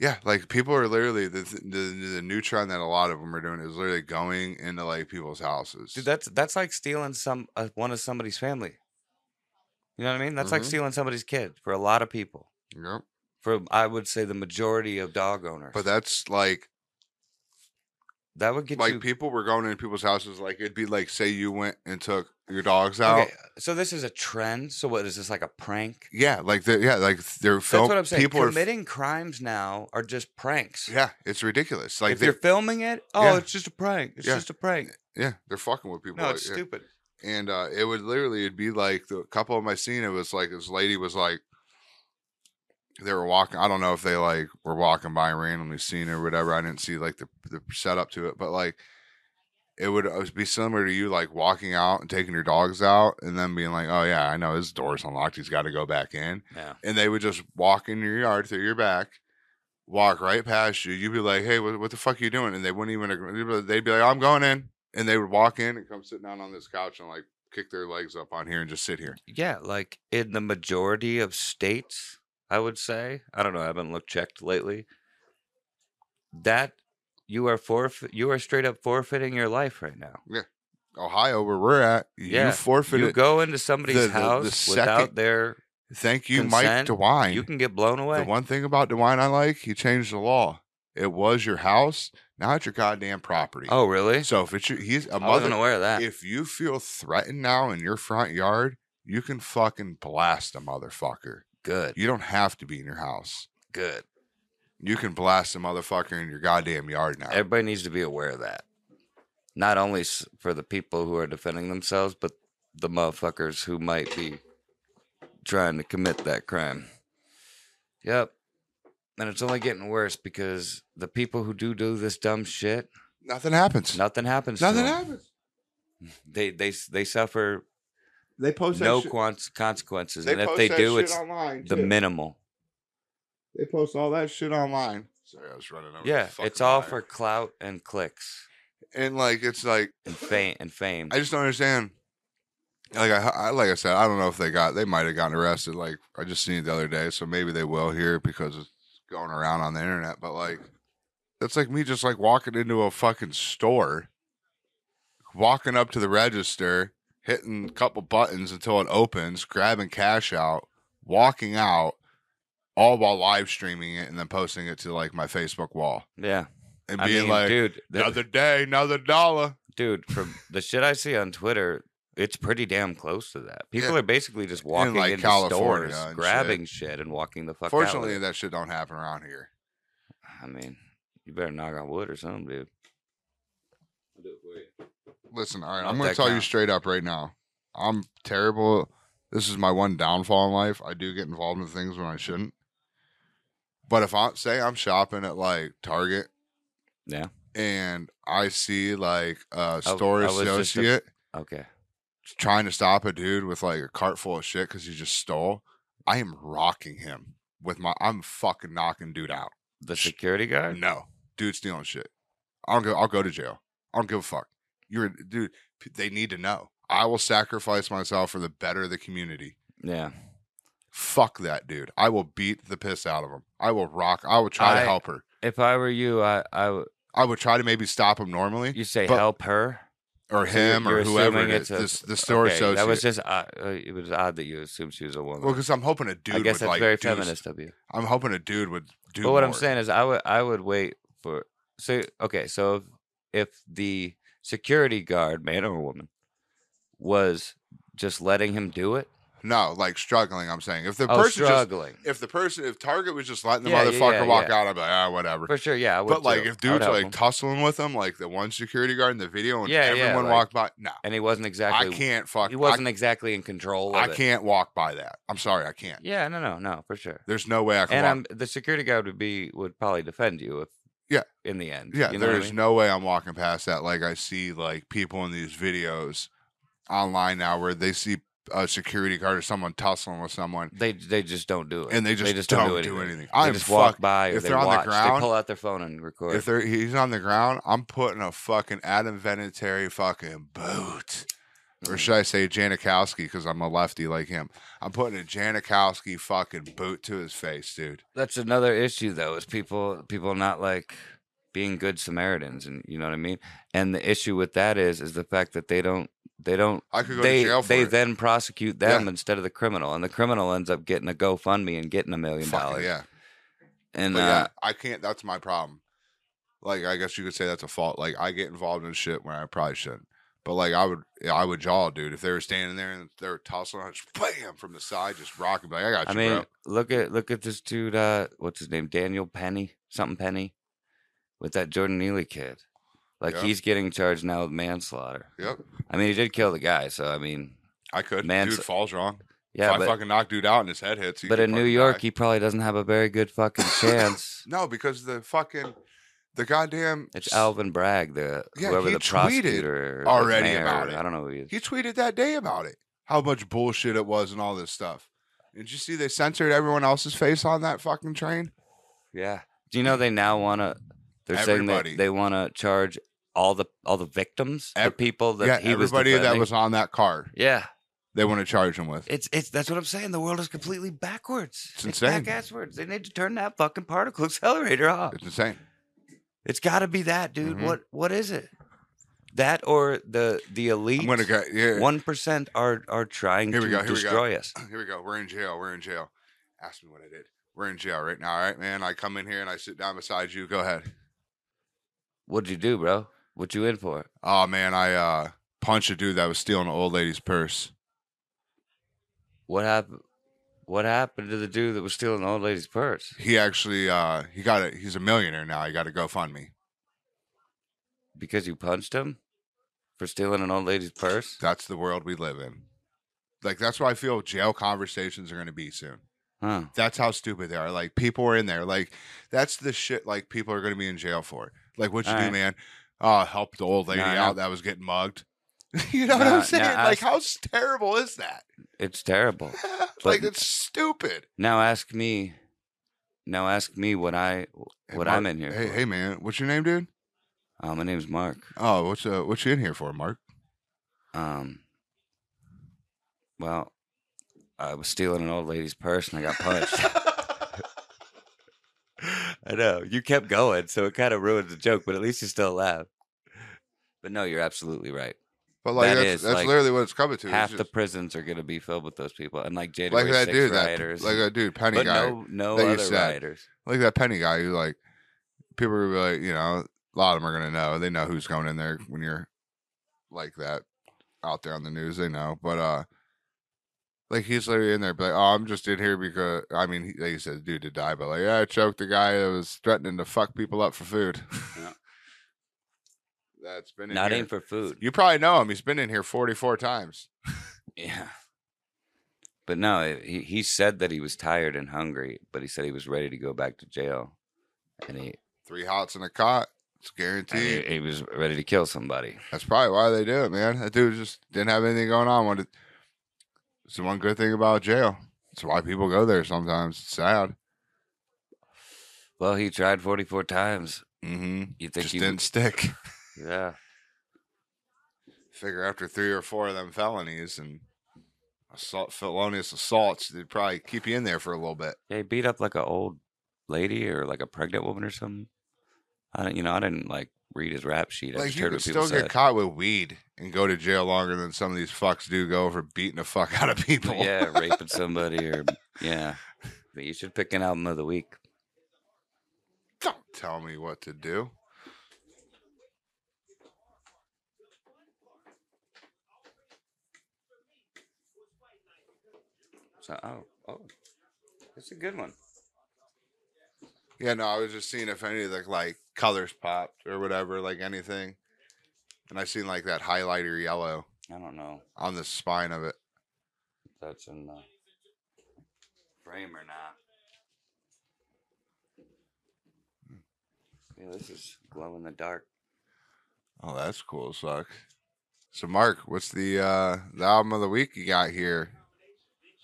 Speaker 1: yeah, like people are literally the th- the, the new trend that a lot of them are doing is literally going into like people's houses.
Speaker 2: Dude, that's that's like stealing some uh, one of somebody's family. You know what I mean? That's like
Speaker 1: Mhm.
Speaker 2: stealing somebody's kid for a lot of people.
Speaker 1: Yep.
Speaker 2: For I would say the majority of dog owners.
Speaker 1: But that's like
Speaker 2: that would get
Speaker 1: like
Speaker 2: you
Speaker 1: people were going into people's houses. Like it'd be like say you went and took your dogs out.
Speaker 2: Okay, so this is a trend. So what is this like a prank?
Speaker 1: Yeah, like the yeah, like they're film.
Speaker 2: That's what I'm saying.
Speaker 1: People
Speaker 2: Committing crimes now are just pranks.
Speaker 1: are yeah, it's ridiculous. Like
Speaker 2: if
Speaker 1: they
Speaker 2: you're filming it, oh,
Speaker 1: Yeah.
Speaker 2: it's just a prank. It's
Speaker 1: Yeah.
Speaker 2: just a prank.
Speaker 1: yeah, they're fucking with people.
Speaker 2: No,
Speaker 1: like,
Speaker 2: it's
Speaker 1: yeah.
Speaker 2: stupid.
Speaker 1: And uh, it would literally it'd be like the couple of my scene. It was like this lady was like they were walking. I don't know if they like were walking by and randomly seen her or whatever. I didn't see like the the setup to it, but like. It would uh, be similar to you like walking out and taking your dogs out and then being like, oh, yeah, I know his door's unlocked. He's got to go back in.
Speaker 2: Yeah.
Speaker 1: and they would just walk in your yard through your back, walk right past you. You'd be like, "Hey, what, what the fuck are you doing?" And they wouldn't even. agree. They'd be like- They'd be like, "I'm going in," and they would walk in and come sit down on this couch and like kick their legs up on here and just sit here.
Speaker 2: Yeah, like in the majority of states, I would say. I don't know. I haven't looked checked lately. That you are forfeit. You are straight up forfeiting your life right now.
Speaker 1: Ohio, where we're at,
Speaker 2: Yeah,
Speaker 1: you forfeited.
Speaker 2: you go into somebody's
Speaker 1: the- the
Speaker 2: house without
Speaker 1: second
Speaker 2: their.
Speaker 1: Thank you,
Speaker 2: consent,
Speaker 1: Mike DeWine.
Speaker 2: You can get blown away.
Speaker 1: the one thing about DeWine I like, he changed the law. It was your house, now it's your goddamn property.
Speaker 2: oh, really?
Speaker 1: So if it's your, he's a
Speaker 2: I wasn't
Speaker 1: mother.
Speaker 2: aware of that.
Speaker 1: If you feel threatened now in your front yard, you can fucking blast a motherfucker.
Speaker 2: good.
Speaker 1: You don't have to be in your house.
Speaker 2: Good.
Speaker 1: You can blast a motherfucker in your goddamn yard now.
Speaker 2: Everybody needs to be aware of that. Not only s- for the people who are defending themselves, but the motherfuckers who might be trying to commit that crime. Yep. And it's only getting worse because the people who do do this dumb shit,
Speaker 1: Nothing happens.
Speaker 2: nothing happens. to
Speaker 1: Nothing
Speaker 2: them.
Speaker 1: happens.
Speaker 2: They they s- they suffer
Speaker 1: They post that
Speaker 2: no
Speaker 1: shit-
Speaker 2: quants consequences,
Speaker 1: they
Speaker 2: and if
Speaker 1: post
Speaker 2: they
Speaker 1: that
Speaker 2: do,
Speaker 1: shit
Speaker 2: it's
Speaker 1: online.
Speaker 2: the
Speaker 1: too.
Speaker 2: minimal.
Speaker 1: They post all that shit online. Sorry, I was running over.
Speaker 2: Yeah,
Speaker 1: the fucking
Speaker 2: it's all
Speaker 1: wire.
Speaker 2: for clout and clicks
Speaker 1: and like it's like
Speaker 2: and fame and fame.
Speaker 1: I just don't understand. Like I, I like I said, I don't know if they got they might have gotten arrested. Like I just seen it the other day, so maybe they will here because it's going around on the internet. But like, that's like me just like walking into a fucking store, walking up to the register, hitting a couple buttons until it opens, grabbing cash out, walking out, all while live streaming it and then posting it to like my Facebook wall
Speaker 2: yeah,
Speaker 1: and
Speaker 2: I
Speaker 1: being
Speaker 2: mean,
Speaker 1: like,
Speaker 2: dude, the-
Speaker 1: another day, another dollar.
Speaker 2: dude from the shit i see on twitter It's pretty damn close to that. People
Speaker 1: Yeah.
Speaker 2: are basically just walking
Speaker 1: like,
Speaker 2: into
Speaker 1: California
Speaker 2: stores,
Speaker 1: and
Speaker 2: grabbing shit. and walking the fuck
Speaker 1: Fortunately,
Speaker 2: out. with
Speaker 1: that shit don't happen around here.
Speaker 2: it. I mean, you better knock on wood or something, dude. I'll do it for you.
Speaker 1: Listen, all right,
Speaker 2: Not
Speaker 1: I'm going to
Speaker 2: that
Speaker 1: tell you
Speaker 2: kind.
Speaker 1: straight up right now. I'm terrible. This is my one downfall in life. I do get involved in things when I shouldn't. But if I say I'm shopping at like Target,
Speaker 2: Yeah.
Speaker 1: and I see like a
Speaker 2: I
Speaker 1: store
Speaker 2: was just a-
Speaker 1: associate
Speaker 2: Okay.
Speaker 1: trying to stop a dude with like a cart full of shit because he just stole, I am rocking him with my. I'm fucking knocking dude out.
Speaker 2: The
Speaker 1: Sh-
Speaker 2: security guard?
Speaker 1: No, dude stealing shit. I don't go. I'll go to jail. I don't give a fuck. You're a- dude. p- They need to know. I will sacrifice myself for the better of the community.
Speaker 2: Yeah.
Speaker 1: Fuck that dude. I will beat the piss out of him. I will rock. I will try
Speaker 2: I-
Speaker 1: to help her.
Speaker 2: If I were you, I, I w-
Speaker 1: I would try to maybe stop him normally
Speaker 2: you say
Speaker 1: Eh, But-
Speaker 2: help her
Speaker 1: or
Speaker 2: so you're-
Speaker 1: him
Speaker 2: you're
Speaker 1: or whoever
Speaker 2: assuming
Speaker 1: it
Speaker 2: it's
Speaker 1: is.
Speaker 2: a-
Speaker 1: this the store
Speaker 2: Okay,
Speaker 1: associate.
Speaker 2: That was just uh, uh, it was odd that you assumed she was a woman.
Speaker 1: well, because I'm hoping a dude.
Speaker 2: I guess
Speaker 1: would,
Speaker 2: that's
Speaker 1: like,
Speaker 2: very
Speaker 1: do s-
Speaker 2: feminist of you.
Speaker 1: I'm hoping a dude would do.
Speaker 2: But what I'm
Speaker 1: more.
Speaker 2: saying is, I would I would wait for so okay. So if, if the security guard, man or woman, was just letting him do it,
Speaker 1: no, like struggling. I'm saying if the
Speaker 2: oh,
Speaker 1: person just
Speaker 2: struggling
Speaker 1: if the person if Target was just letting the
Speaker 2: Yeah, yeah,
Speaker 1: motherfucker
Speaker 2: yeah,
Speaker 1: walk
Speaker 2: yeah.
Speaker 1: out, I'd be like, ah, whatever.
Speaker 2: for sure. Yeah, I would
Speaker 1: But like, if
Speaker 2: too. I would
Speaker 1: dude's
Speaker 2: help
Speaker 1: like
Speaker 2: him.
Speaker 1: tussling with him, like the one security guard in the video, and
Speaker 2: Yeah, yeah,
Speaker 1: everyone
Speaker 2: like-
Speaker 1: walked by, no,
Speaker 2: and he wasn't
Speaker 1: I
Speaker 2: exactly,
Speaker 1: can't fuck.
Speaker 2: he wasn't exactly in control.
Speaker 1: I, I
Speaker 2: of it.
Speaker 1: can't walk by that. I'm sorry, I can't.
Speaker 2: Yeah, no, no, no, for sure.
Speaker 1: There's no way I can.
Speaker 2: And
Speaker 1: walk.
Speaker 2: I'm, the security guard would be would probably defend you if
Speaker 1: Yeah.
Speaker 2: in the end.
Speaker 1: yeah,
Speaker 2: you know what I
Speaker 1: there is
Speaker 2: mean?
Speaker 1: no way I'm walking past that. Like I see like people in these videos online now where they see a security guard or someone tussling with someone,
Speaker 2: They they just don't do it,
Speaker 1: and they just,
Speaker 2: don't,
Speaker 1: do
Speaker 2: anything.
Speaker 1: I
Speaker 2: they
Speaker 1: am
Speaker 2: just walk
Speaker 1: fuck.
Speaker 2: by, or
Speaker 1: if
Speaker 2: they
Speaker 1: they're on the
Speaker 2: watch, they
Speaker 1: ground-
Speaker 2: pull out their phone and record.
Speaker 1: If they're, he's on the ground, I'm putting a fucking Adam Vinatieri fucking boot. or
Speaker 2: Mm-hmm.
Speaker 1: should I say Janikowski because I'm a lefty like him. I'm putting a Janikowski fucking boot to his face, dude.
Speaker 2: that's another issue though is people people not like being good samaritans and you know what i mean and the issue with that is is the fact that they don't they don't
Speaker 1: I could go
Speaker 2: they
Speaker 1: to jail for
Speaker 2: they
Speaker 1: it.
Speaker 2: then prosecute them
Speaker 1: Yeah.
Speaker 2: instead of the criminal and the criminal ends up getting a gofundme and getting a million
Speaker 1: Fucking
Speaker 2: dollars
Speaker 1: yeah,
Speaker 2: and
Speaker 1: But
Speaker 2: uh,
Speaker 1: yeah, I can't. That's my problem. Like I guess you could say that's a fault. Like I get involved in shit when I probably shouldn't. But like I would, I would jaw, dude. If they were standing there and they were tussling, I just bam from the side, just rocking. Like I got you,
Speaker 2: i mean
Speaker 1: bro.
Speaker 2: look at look at this dude uh what's his name daniel penny something penny with that jordan neely kid like
Speaker 1: Yeah.
Speaker 2: he's getting charged now with manslaughter
Speaker 1: Yep,
Speaker 2: i mean he did kill the guy so i mean
Speaker 1: I could.
Speaker 2: Man,
Speaker 1: dude
Speaker 2: so-
Speaker 1: falls wrong.
Speaker 2: yeah
Speaker 1: if I
Speaker 2: but,
Speaker 1: fucking knock dude out and his head hits. he
Speaker 2: but
Speaker 1: could
Speaker 2: in new
Speaker 1: fucking
Speaker 2: york
Speaker 1: die.
Speaker 2: he probably doesn't have a very
Speaker 1: [laughs]
Speaker 2: good fucking chance
Speaker 1: no, because the fucking, the goddamn.
Speaker 2: It's
Speaker 1: s-
Speaker 2: Alvin Bragg, the
Speaker 1: Yeah,
Speaker 2: whoever
Speaker 1: he
Speaker 2: the
Speaker 1: tweeted
Speaker 2: prosecutor or the
Speaker 1: already
Speaker 2: mayor,
Speaker 1: about it.
Speaker 2: I don't know who he is.
Speaker 1: He tweeted that day about it, how much bullshit it was and all this stuff. Did you see they censored everyone else's face on that fucking train?
Speaker 2: yeah. Do you know they now want to? They're saying
Speaker 1: Everybody.
Speaker 2: that they want to charge all the all the victims,
Speaker 1: Ev-
Speaker 2: the people that
Speaker 1: yeah,
Speaker 2: he was
Speaker 1: everybody that
Speaker 2: defending.
Speaker 1: was on that car,
Speaker 2: Yeah,
Speaker 1: they want to charge him with.
Speaker 2: it's it's that's what I'm saying. The world is completely backwards.
Speaker 1: It's insane.
Speaker 2: back asswards. They need to turn that fucking particle [laughs] accelerator off.
Speaker 1: It's insane.
Speaker 2: It's got to be that, dude.
Speaker 1: Mhm.
Speaker 2: What what is it? That or the the elite
Speaker 1: I'm gonna go. Here,
Speaker 2: one percent are are trying
Speaker 1: Here
Speaker 2: to
Speaker 1: we go, here we go.
Speaker 2: destroy us.
Speaker 1: [clears throat] here we go. We're in jail. We're in jail. Ask me what I did. We're in jail right now. All right, man. I come in here and I sit down beside you. Go ahead.
Speaker 2: What'd you do, bro? What you in for?
Speaker 1: Oh man, I uh, punched a dude that was stealing an old lady's purse.
Speaker 2: What happened? What happened to the dude that was stealing the old lady's purse?
Speaker 1: He actually, uh, he got it. He's a millionaire now. He got a GoFundMe.
Speaker 2: Because you punched him for stealing an old lady's purse?
Speaker 1: That's the world we live in. Like that's why I feel jail conversations are going to be soon.
Speaker 2: Huh?
Speaker 1: That's how stupid they are. Like people are in there. Like that's the shit. Like people are going to be in jail for. Like what you
Speaker 2: All
Speaker 1: do,
Speaker 2: right.
Speaker 1: man? Uh, help the old lady
Speaker 2: No, no.
Speaker 1: out that was getting mugged. [laughs] you know what
Speaker 2: No,
Speaker 1: I'm
Speaker 2: no,
Speaker 1: saying?
Speaker 2: I
Speaker 1: like
Speaker 2: was-
Speaker 1: how s- terrible is that? [laughs]
Speaker 2: It's terrible.
Speaker 1: like
Speaker 2: But-
Speaker 1: it's stupid.
Speaker 2: Now ask me. Now ask me what I
Speaker 1: Hey,
Speaker 2: what
Speaker 1: Mark-
Speaker 2: I'm in here
Speaker 1: Hey,
Speaker 2: for.
Speaker 1: hey, man. What's your name, dude?
Speaker 2: Uh, my name's Mark.
Speaker 1: Oh, what's uh, what you in here for, Mark?
Speaker 2: Um. Well, I was stealing an old lady's purse and I got punched. I know you kept going, so it kind of ruined the joke. But at least you still laugh. But no, you're absolutely right.
Speaker 1: [laughs] But like
Speaker 2: That
Speaker 1: that's,
Speaker 2: is,
Speaker 1: that's
Speaker 2: like,
Speaker 1: literally what it's coming to. It's
Speaker 2: half the
Speaker 1: just-
Speaker 2: prisons are going to be filled with those people, and like January
Speaker 1: like that
Speaker 2: 6
Speaker 1: dude, that
Speaker 2: rioters,
Speaker 1: like that dude, Penny
Speaker 2: but
Speaker 1: guy.
Speaker 2: no, no
Speaker 1: that you
Speaker 2: other
Speaker 1: said.
Speaker 2: rioters.
Speaker 1: like that penny guy who like people are gonna be like you know a lot of them are gonna know they know who's going in there when you're like that out there on the news. They know, but uh, like he's literally in there, but like, oh, I'm just in here because I mean, he, like you said, the dude did die, but like, yeah, I choked the guy that was threatening to fuck people up for food.
Speaker 3: Yeah.
Speaker 1: [laughs] That's been in
Speaker 2: Not
Speaker 1: here.
Speaker 2: in for food.
Speaker 1: You probably know him. He's been in here 44 times.
Speaker 3: Yeah.
Speaker 2: But no, it- he, he said that he was tired and hungry, but he said he was ready to go back to jail. And he,
Speaker 1: Three hots in a cot. It's
Speaker 2: and
Speaker 1: guaranteed.
Speaker 2: he, he was ready to kill somebody.
Speaker 1: That's probably why they do it, man. That dude just didn't have anything going on. Wanted. It's the one good thing about jail. It's why people go there sometimes. It's sad.
Speaker 2: Well, he tried 44 times.
Speaker 1: Mm-hmm.
Speaker 2: You think
Speaker 1: Just
Speaker 2: he
Speaker 1: didn't stick.
Speaker 2: would- Yeah.
Speaker 1: Figure after three or four of them felonies and assault, felonious assaults, they'd probably keep you in there for a little bit.
Speaker 2: Yeah, he beat up like an old lady or like a pregnant woman or something. I don't, you know, I didn't like read his rap sheet. I
Speaker 1: like
Speaker 2: just
Speaker 1: you
Speaker 2: heard
Speaker 1: could
Speaker 2: what people
Speaker 1: still
Speaker 2: said.
Speaker 1: get caught with weed and go to jail longer than some of these fucks do go for beating the fuck [laughs] out of people.
Speaker 2: [laughs] yeah, raping somebody
Speaker 1: [laughs]
Speaker 2: or yeah. But you should pick an album of the week.
Speaker 1: Don't tell me what to do.
Speaker 2: So oh oh, it's a good one.
Speaker 1: Yeah, no, I was just seeing if any of the like colors popped or whatever, like anything. And I seen like that highlighter yellow
Speaker 2: I don't know
Speaker 1: on the spine of it.
Speaker 2: if that's in the frame or not. Hmm. Yeah, this is glow in the dark.
Speaker 1: Oh, that's cool as fuck. So Mark, what's the uh the album of the week you got here?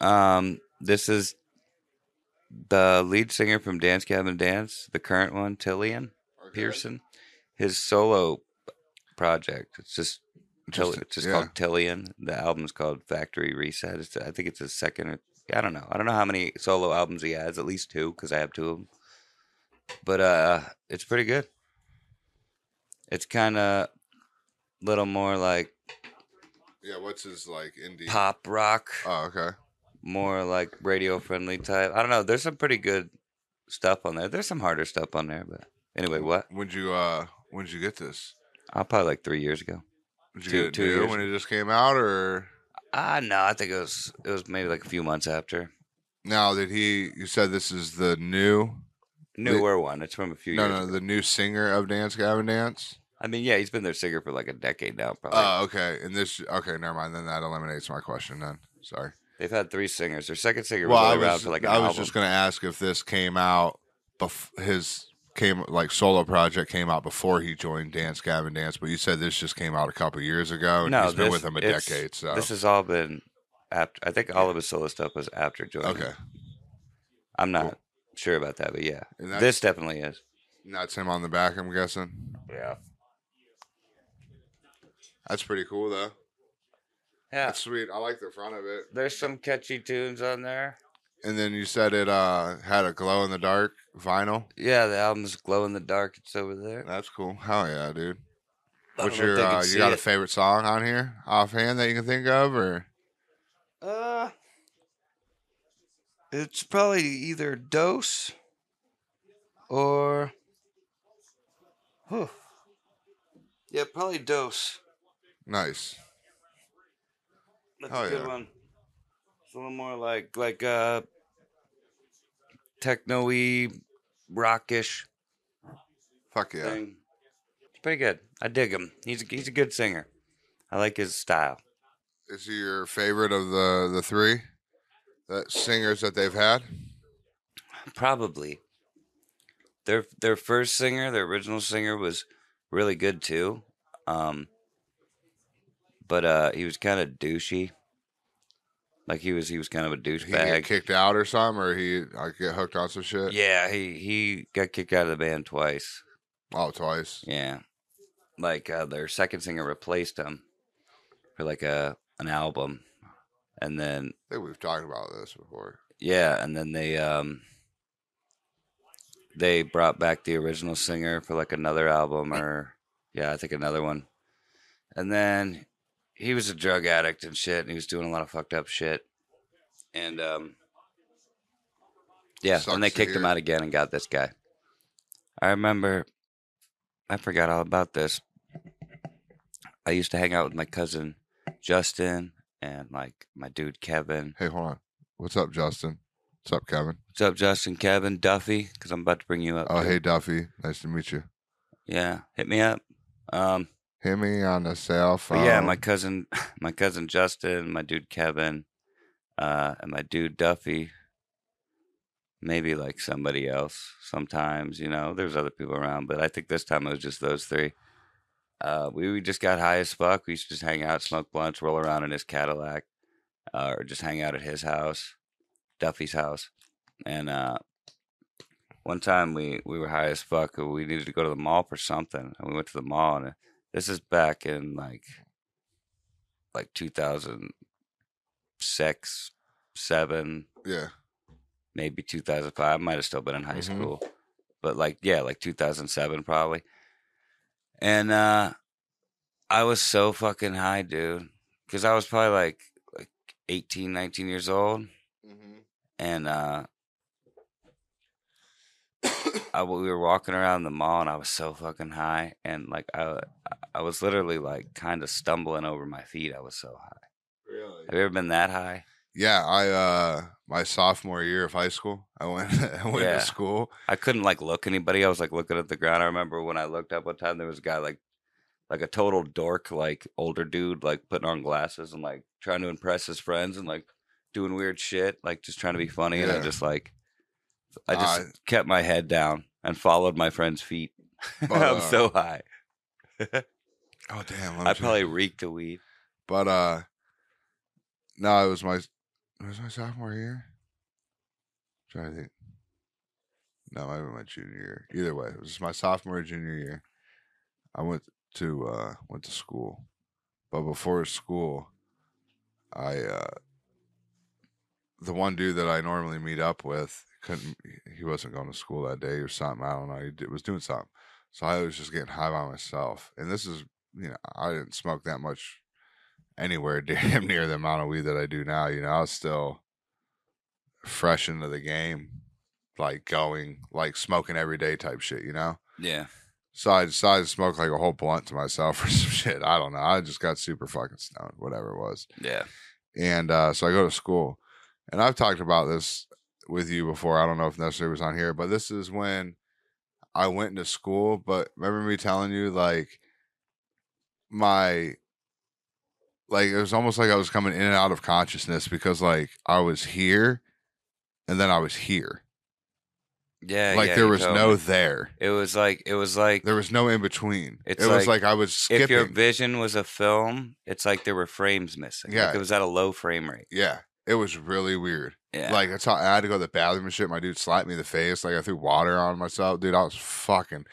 Speaker 2: Um, this is the lead singer from Dance Cabin Dance, the current one, Tillian Pearson. His solo project. It's just Till,
Speaker 1: Just-
Speaker 2: it's just
Speaker 1: yeah.
Speaker 2: called Tillion. The album's called Factory Reset. It's, I think it's his second. Or, I don't know. I don't know how many solo albums he has. At least two, because I have two of them. But uh, it's pretty good. It's kind of little more like
Speaker 1: Yeah, what's his like indie?
Speaker 2: pop rock,
Speaker 1: Oh, okay.
Speaker 2: more like radio friendly type. I don't know. There's some pretty good stuff on there. There's some harder stuff on there, but anyway, what?
Speaker 1: When'd you uh when'd you get this?
Speaker 2: I'll probably like three years ago.
Speaker 1: Did you
Speaker 2: Two-
Speaker 1: get it
Speaker 2: two
Speaker 1: new
Speaker 2: years
Speaker 1: when it just came out or
Speaker 2: Ah, no, I think it was it was maybe like a few months after.
Speaker 1: now that he you said this is the new
Speaker 2: Newer one. It's from a few
Speaker 1: no
Speaker 2: years.
Speaker 1: no
Speaker 2: ago.
Speaker 1: the new singer of Dance Gavin Dance?
Speaker 2: I mean, yeah, he's been their singer for like a decade now. Probably.
Speaker 1: Oh, okay. And this okay, never mind. Then that eliminates my question then. Sorry.
Speaker 2: They've had three singers. Their second singer
Speaker 1: Well,
Speaker 2: was
Speaker 1: I
Speaker 2: only around
Speaker 1: was,
Speaker 2: for like an
Speaker 1: I
Speaker 2: album.
Speaker 1: was just going to ask if this came out, bef- his came like solo project came out before he joined Dance Gavin Dance, but you said this just came out a couple years ago. And
Speaker 2: No,
Speaker 1: he's been
Speaker 2: this-
Speaker 1: with him a
Speaker 2: it's-
Speaker 1: decade. So
Speaker 2: This has all been after. I think all of his solo stuff was after joining.
Speaker 1: okay,
Speaker 2: I'm not sure about that, but yeah,
Speaker 1: And that's-
Speaker 2: this definitely is.
Speaker 1: And that's him on the back. I'm guessing
Speaker 2: Yeah.
Speaker 1: that's pretty cool though.
Speaker 2: Yeah.
Speaker 1: That's sweet. I like the front of it.
Speaker 2: There's some catchy tunes on there.
Speaker 1: And then you said it uh had a glow in the dark vinyl.
Speaker 2: Yeah, the album's glow in the dark. It's over there.
Speaker 1: That's cool. Hell yeah, dude.
Speaker 2: I
Speaker 1: What's
Speaker 2: don't know
Speaker 1: your
Speaker 2: if they can
Speaker 1: uh,
Speaker 2: see
Speaker 1: you got a
Speaker 2: it.
Speaker 1: favorite song on here offhand that you can think of or
Speaker 2: Uh, it's probably either dose or. Whew. Yeah, probably dose.
Speaker 1: nice.
Speaker 2: That's
Speaker 1: Oh,
Speaker 2: a good
Speaker 1: yeah.
Speaker 2: one. It's a little more like like uh techno-y, rockish
Speaker 1: Fuck yeah.
Speaker 2: thing. It's pretty good. I dig him. He's a, he's a good singer. I like his style.
Speaker 1: Is he your favorite of the the three that singers that they've had?
Speaker 2: Probably. Their their first singer, their original singer was really good too. Um but uh he was kind of douchey. Like he was he was kind of a
Speaker 1: He get
Speaker 2: douchebag.
Speaker 1: kicked out or something, or he I get hooked on some shit.
Speaker 2: Yeah, he he got kicked out of the band twice.
Speaker 1: Oh, twice.
Speaker 2: Yeah. Like uh, their second singer replaced him for like a an album. And then
Speaker 1: I think we've talked about this before.
Speaker 2: yeah, and then they um they brought back the original singer for like another album or yeah, I think another one. And then he was a drug addict and shit and he was doing a lot of fucked up shit. And um yeah,
Speaker 1: Sucks
Speaker 2: and they
Speaker 1: to
Speaker 2: kicked him
Speaker 1: hear.
Speaker 2: out again and got this guy. I remember I forgot all about this. I used to hang out with my cousin Justin and like my dude Kevin.
Speaker 1: Hey, hold on. What's up, Justin? What's up, Kevin?
Speaker 2: What's up, Justin? Kevin Duffy? Because I'm about to bring you up.
Speaker 1: Oh,
Speaker 2: dude.
Speaker 1: hey, Duffy. Nice to meet you.
Speaker 2: Yeah, hit me up. Um,
Speaker 1: Hit me on the cell phone.
Speaker 2: But Oh, yeah, my cousin, [laughs] my cousin Justin, my dude Kevin, uh, and my dude Duffy. Maybe like somebody else. Sometimes you know, there's other people around, but I think this time it was just those three. Uh, we, we just got high as fuck. We used to just hang out, smoke blunts, roll around in his Cadillac, uh, or just hang out at his house, Duffy's house. And uh, one time we we were high as fuck. and We needed to go to the mall for something, and we went to the mall and this is back in like like 2006 7
Speaker 1: Yeah.
Speaker 2: maybe 2005 i might have still been in high
Speaker 1: Mhm.
Speaker 2: school but like yeah like 2007 probably and uh i was so fucking high dude because i was probably like like 18 19 years old and uh I, we were walking around the mall and I was so fucking high and like I I was literally like kind of stumbling over my feet. I was so high.
Speaker 1: [coughs] Really?
Speaker 2: Have you ever been that high?
Speaker 1: Yeah, I uh my sophomore year of high school, I went [laughs] I went
Speaker 2: Yeah.
Speaker 1: to
Speaker 2: [laughs]
Speaker 1: school.
Speaker 2: I couldn't like look anybody. I was like looking at the ground. I remember when I looked up one time there was a guy like like a total dork, like older dude, like putting on glasses and like trying to impress his friends and like doing weird shit, like just trying to be funny. And I
Speaker 1: Yeah.
Speaker 2: just like I just
Speaker 1: I-
Speaker 2: kept my head down and followed my friend's feet. [laughs]
Speaker 1: But,
Speaker 2: I'm
Speaker 1: uh,
Speaker 2: so high.
Speaker 1: Oh damn! Let me
Speaker 2: I
Speaker 1: check.
Speaker 2: probably reeked of weed.
Speaker 1: But uh, no, it was my it was my sophomore year. i trying to think. No, maybe my junior year. Either way, it was my sophomore or junior year. I went to uh went to school, but before school, I uh the one dude that I normally meet up with couldn't. He wasn't going to school that day or something. I don't know. He did, was doing something, so I was just getting high by myself. And this is you know I didn't smoke that much anywhere [laughs] damn near the amount of weed that I do now. You know, I was still fresh into the game, like going, like smoking every day type shit, you know?
Speaker 2: Yeah.
Speaker 1: So I decided to smoke like a whole blunt to myself [laughs] or some shit. I don't know. I just got super fucking stoned, whatever it was.
Speaker 2: Yeah.
Speaker 1: And uh, so I go to school. And I've talked about this with you before. I don't know if necessarily it was on here, but this is when I went into school. But remember me telling you, like, my, like, it was almost like I was coming in and out of consciousness because, like, I was here and then I was here.
Speaker 2: Yeah.
Speaker 1: like,
Speaker 2: yeah,
Speaker 1: there
Speaker 2: you
Speaker 1: was
Speaker 2: told
Speaker 1: no
Speaker 2: me.
Speaker 1: there.
Speaker 2: It was like it was like
Speaker 1: There was no in between. It
Speaker 2: It's
Speaker 1: was like
Speaker 2: like,
Speaker 1: I was
Speaker 2: if your
Speaker 1: skipping.
Speaker 2: vision was a film, it's like there were frames missing.
Speaker 1: Yeah.
Speaker 2: Like it was at a low frame rate.
Speaker 1: yeah. It was really weird.
Speaker 2: Yeah.
Speaker 1: Like that's how I had to go to the bathroom and shit. My dude slapped me in the face. Like I threw water on myself, dude. I was fucking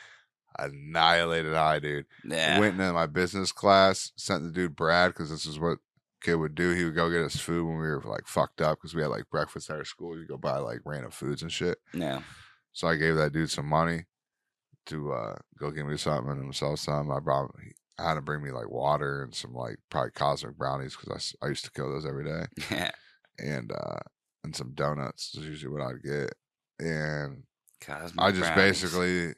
Speaker 1: annihilated. High, dude.
Speaker 2: yeah.
Speaker 1: Went into my business class. Sent the dude Brad because this is what kid would do. He would go get us food when we were like fucked up because we had like breakfast at our school. You go buy like random foods and shit.
Speaker 2: yeah.
Speaker 1: So I gave that dude some money to uh, go get me something and himself some. I brought. He had to bring me like water and some like probably cosmic brownies because I s- I, used to kill those every day
Speaker 2: [laughs] Yeah.
Speaker 1: and uh and some donuts is usually what I'd get. And
Speaker 2: Cosmic
Speaker 1: I just
Speaker 2: brownies.
Speaker 1: basically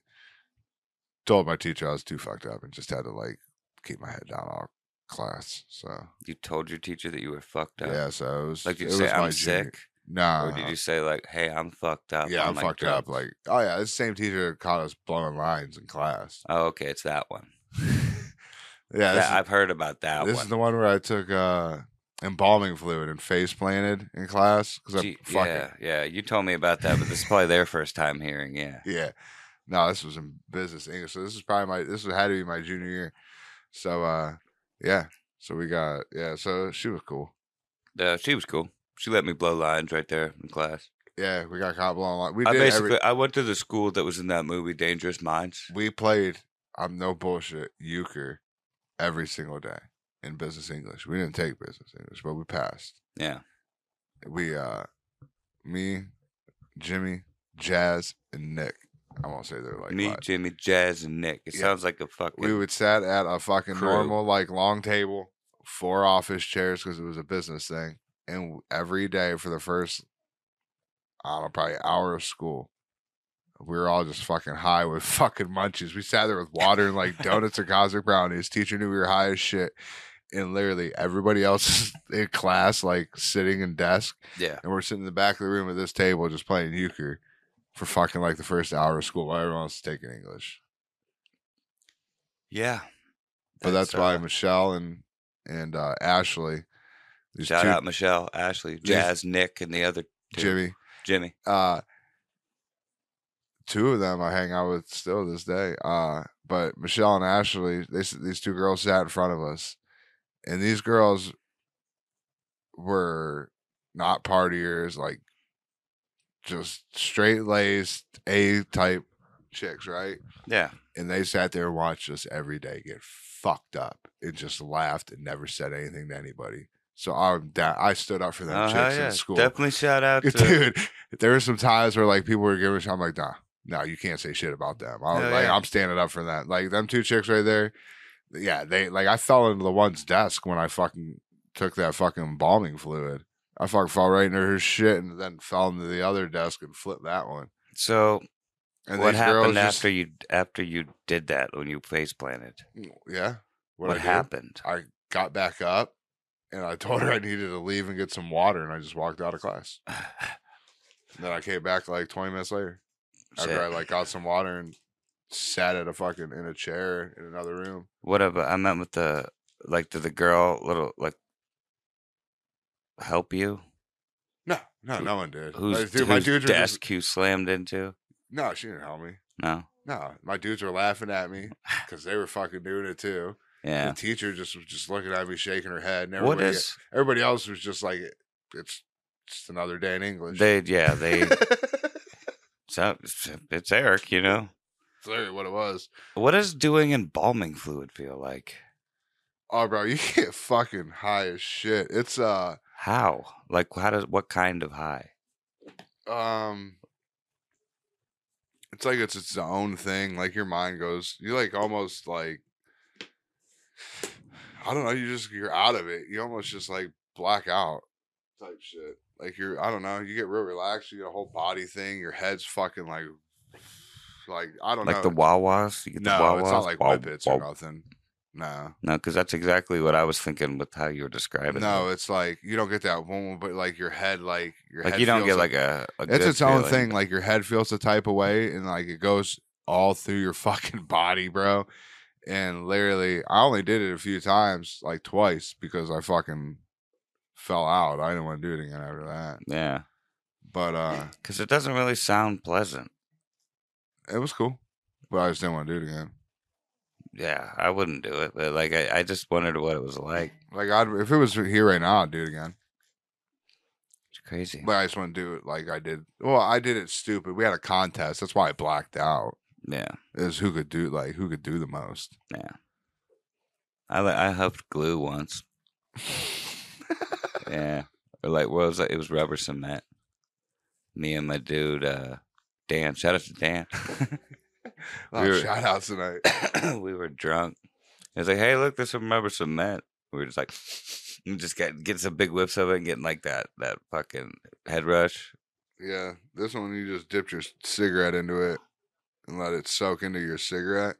Speaker 1: told my teacher I was too fucked up and just had to like keep my head down all class. So
Speaker 2: you told your teacher that you were fucked up.
Speaker 1: yeah, so it was
Speaker 2: Like you
Speaker 1: it
Speaker 2: say
Speaker 1: was my
Speaker 2: I'm
Speaker 1: junior-
Speaker 2: sick,
Speaker 1: Nah,
Speaker 2: or did you say like, "Hey, I'm fucked up"?
Speaker 1: yeah,
Speaker 2: on,
Speaker 1: I'm
Speaker 2: like,
Speaker 1: fucked up.
Speaker 2: drugs?
Speaker 1: Like oh yeah, this same teacher caught us blowing lines in class. [laughs]
Speaker 2: oh, okay, it's that one.
Speaker 1: Yeah,
Speaker 2: That-
Speaker 1: this, is,
Speaker 2: I've heard about that
Speaker 1: this
Speaker 2: one.
Speaker 1: is the one where I took uh embalming fluid and face planted in class because I
Speaker 2: Gee,
Speaker 1: fucking
Speaker 2: yeah, yeah. You told me about that, but this is probably their first time hearing. Yeah.
Speaker 1: Yeah. No, this was in business English. So this is probably my this had to be my junior year. So uh yeah. So we got yeah, so she was cool.
Speaker 2: Uh, she was cool. She let me blow lines right there in class.
Speaker 1: Yeah, we got caught blowing like we
Speaker 2: I
Speaker 1: did
Speaker 2: basically
Speaker 1: every,
Speaker 2: I went to the school that was in that movie Dangerous Minds.
Speaker 1: we played I'm no bullshit, euchre every single day in business English. We didn't take business English, but we passed.
Speaker 2: Yeah.
Speaker 1: We uh me, Jimmy, Jazz, and Nick. I won't say they're like
Speaker 2: Me,
Speaker 1: live.
Speaker 2: Jimmy, Jazz, and Nick. It
Speaker 1: Yeah.
Speaker 2: sounds like a fucking
Speaker 1: we would sat at a fucking
Speaker 2: Crew.
Speaker 1: normal like long table, four office chairs because it was a business thing, and every day for the first, I don't know, probably hour of school, we were all just fucking high with [laughs] fucking munchies. We sat there with water and like donuts and cosmic brownies. Teacher knew we were high as shit, and literally everybody else [laughs] is in class, like sitting in desk,
Speaker 2: Yeah.
Speaker 1: and we're sitting in the back of the room at this table just playing euchre for fucking like the first hour of school while everyone else is taking English.
Speaker 2: Yeah.
Speaker 1: But that's, why
Speaker 2: uh,
Speaker 1: Michelle and and uh, Ashley, these
Speaker 2: Shout
Speaker 1: two-
Speaker 2: out Michelle, Ashley,
Speaker 1: these-
Speaker 2: Jazz, Nick, and the other two.
Speaker 1: Jimmy,
Speaker 2: Jimmy.
Speaker 1: uh two of them I hang out with still this day. Uh but Michelle and Ashley, they s- these two girls sat in front of us. And these girls were not partiers, like just straight laced A type chicks, right?
Speaker 2: Yeah.
Speaker 1: And they sat there and watched us every day get fucked up and just laughed and never said anything to anybody. So I'm da- I stood up for them
Speaker 2: Oh, hell
Speaker 1: chicks
Speaker 2: yeah.
Speaker 1: in school. [laughs]
Speaker 2: Definitely shout out to
Speaker 1: Dude, there were some times where like people were giving shit. I'm like, nah, no, you can't say shit about them. I was
Speaker 2: Hell
Speaker 1: like,
Speaker 2: yeah.
Speaker 1: I'm standing up for that. Like them two chicks right there. Yeah, they like I fell into the one's desk when I fucking took that fucking embalming fluid. I fucking fell right into her shit and then fell into the other desk and flipped that one.
Speaker 2: So
Speaker 1: And
Speaker 2: what
Speaker 1: these girls
Speaker 2: happened
Speaker 1: just-
Speaker 2: after you after you did that when you face planted?
Speaker 1: mm, yeah.
Speaker 2: What,
Speaker 1: I did,
Speaker 2: happened? [sighs]
Speaker 1: I got back up and I [laughs] told her I needed to leave and get some water and I just walked out of class. And then I came back like 20 minutes later.
Speaker 2: Shit.
Speaker 1: after I like got some water and sat at a fucking in a chair in another room.
Speaker 2: What about I met with the like did the girl little like help you?
Speaker 1: No, no, no one did.
Speaker 2: Who's,
Speaker 1: Like, dude, my
Speaker 2: whose
Speaker 1: dudes were just-
Speaker 2: desk you slammed into?
Speaker 1: no, she didn't help me.
Speaker 2: No.
Speaker 1: No, my dudes were laughing at
Speaker 2: [sighs]
Speaker 1: me because they were fucking doing it too.
Speaker 2: Yeah.
Speaker 1: The teacher just was just looking at me, shaking her head, and
Speaker 2: What
Speaker 1: everybody,
Speaker 2: is
Speaker 1: everybody else was just like, "It's just another day in English."
Speaker 2: they yeah, they
Speaker 1: [laughs] It's
Speaker 2: so it's Eric, you know.
Speaker 1: literally what it was.
Speaker 2: What does doing embalming fluid feel like?
Speaker 1: Oh, bro, you [laughs] get fucking high as shit. It's uh,
Speaker 2: How? Like how does what kind of high?
Speaker 1: um it's like it's its own thing like your mind goes you like almost like i don't know you just you're out of it you almost just like black out type shit like you're i don't know you get real relaxed you get a whole body thing your head's fucking like like i don't
Speaker 2: Like
Speaker 1: know
Speaker 2: the Wawas? You get the
Speaker 1: no
Speaker 2: Wawas?
Speaker 1: it's not like
Speaker 2: Wow,
Speaker 1: whippets
Speaker 2: wow.
Speaker 1: or nothing no
Speaker 2: No, because that's exactly what I was thinking with how you were describing.
Speaker 1: no
Speaker 2: it.
Speaker 1: it's like you don't get that one but like your head like your
Speaker 2: like
Speaker 1: head
Speaker 2: you don't
Speaker 1: feels
Speaker 2: get like a. a
Speaker 1: it's
Speaker 2: good
Speaker 1: its own
Speaker 2: feeling.
Speaker 1: thing. Like your head feels the type of way, and like it goes all through your [laughs] fucking body, bro. And literally, I only did it a few times, like twice, because I fucking fell out. I didn't want to do it again after that.
Speaker 2: Yeah,
Speaker 1: But uh
Speaker 2: [laughs] because it doesn't really sound pleasant.
Speaker 1: it was cool. But I just didn't want to do it again.
Speaker 2: Yeah, I wouldn't do it, but like I, I just wondered what it was like.
Speaker 1: Like I'd if it was here right now, I'd do it again.
Speaker 2: It's crazy.
Speaker 1: But I just wouldn't do it like I did. Well, I did it stupid. We had a contest. That's why I blacked out.
Speaker 2: yeah,
Speaker 1: Is who could do like who could do the
Speaker 2: [laughs]
Speaker 1: most.
Speaker 2: I li- I huffed glue once. yeah, or like what was it? It was rubber cement. Me and my dude uh, Dan. Shout out to Dan. [laughs]
Speaker 1: Oh,
Speaker 2: We were-
Speaker 1: shout out tonight.
Speaker 2: [coughs] we were drunk. It was like, hey, look, there's some rubber cement. We were just like, [laughs] we just get get some big whiffs of it and getting like that that fucking head rush.
Speaker 1: Yeah, this one you just dipped your cigarette into it and let it soak into your cigarette,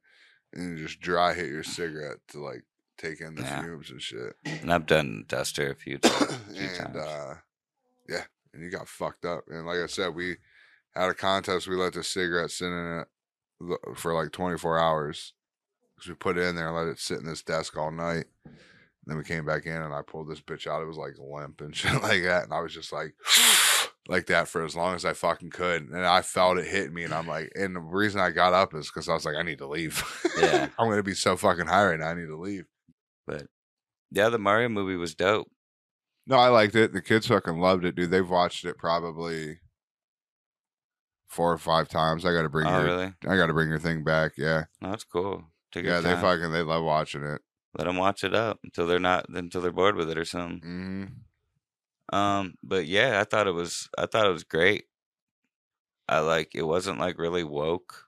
Speaker 1: and you just dry hit your cigarette to like take in the
Speaker 2: Yeah.
Speaker 1: fumes and shit.
Speaker 2: And I've done duster a few
Speaker 1: [coughs]
Speaker 2: times.
Speaker 1: [clears throat]
Speaker 2: few
Speaker 1: and
Speaker 2: times.
Speaker 1: uh, yeah, and you got fucked up. And like I said, we had a contest. We let the cigarette sit in it lo- for like 24 hours because we put it in there and let it sit in this desk all night. then we came back in and I pulled this bitch out. It was like limp and [laughs] shit like that. And I was just like, [sighs] like that for as long as I fucking could. And I felt it hit me. And I'm like, and the reason I got up is because I was like, I need to leave.
Speaker 2: Yeah.
Speaker 1: [laughs] I'm going to be so fucking high right now. I need to leave.
Speaker 2: But yeah, the Mario movie was dope.
Speaker 1: No, I liked it. The kids fucking loved it, dude. They've watched it probably four or five times. I got to bring
Speaker 2: oh,
Speaker 1: your,
Speaker 2: really?
Speaker 1: I got to bring your thing back. Yeah,
Speaker 2: No, that's cool. Take
Speaker 1: yeah.
Speaker 2: your
Speaker 1: They
Speaker 2: time.
Speaker 1: fucking they love watching it.
Speaker 2: Let them watch it up until they're not until they're bored with it or something.
Speaker 1: hmm
Speaker 2: Um, but yeah, I thought it was I thought it was great. I like it wasn't like really woke.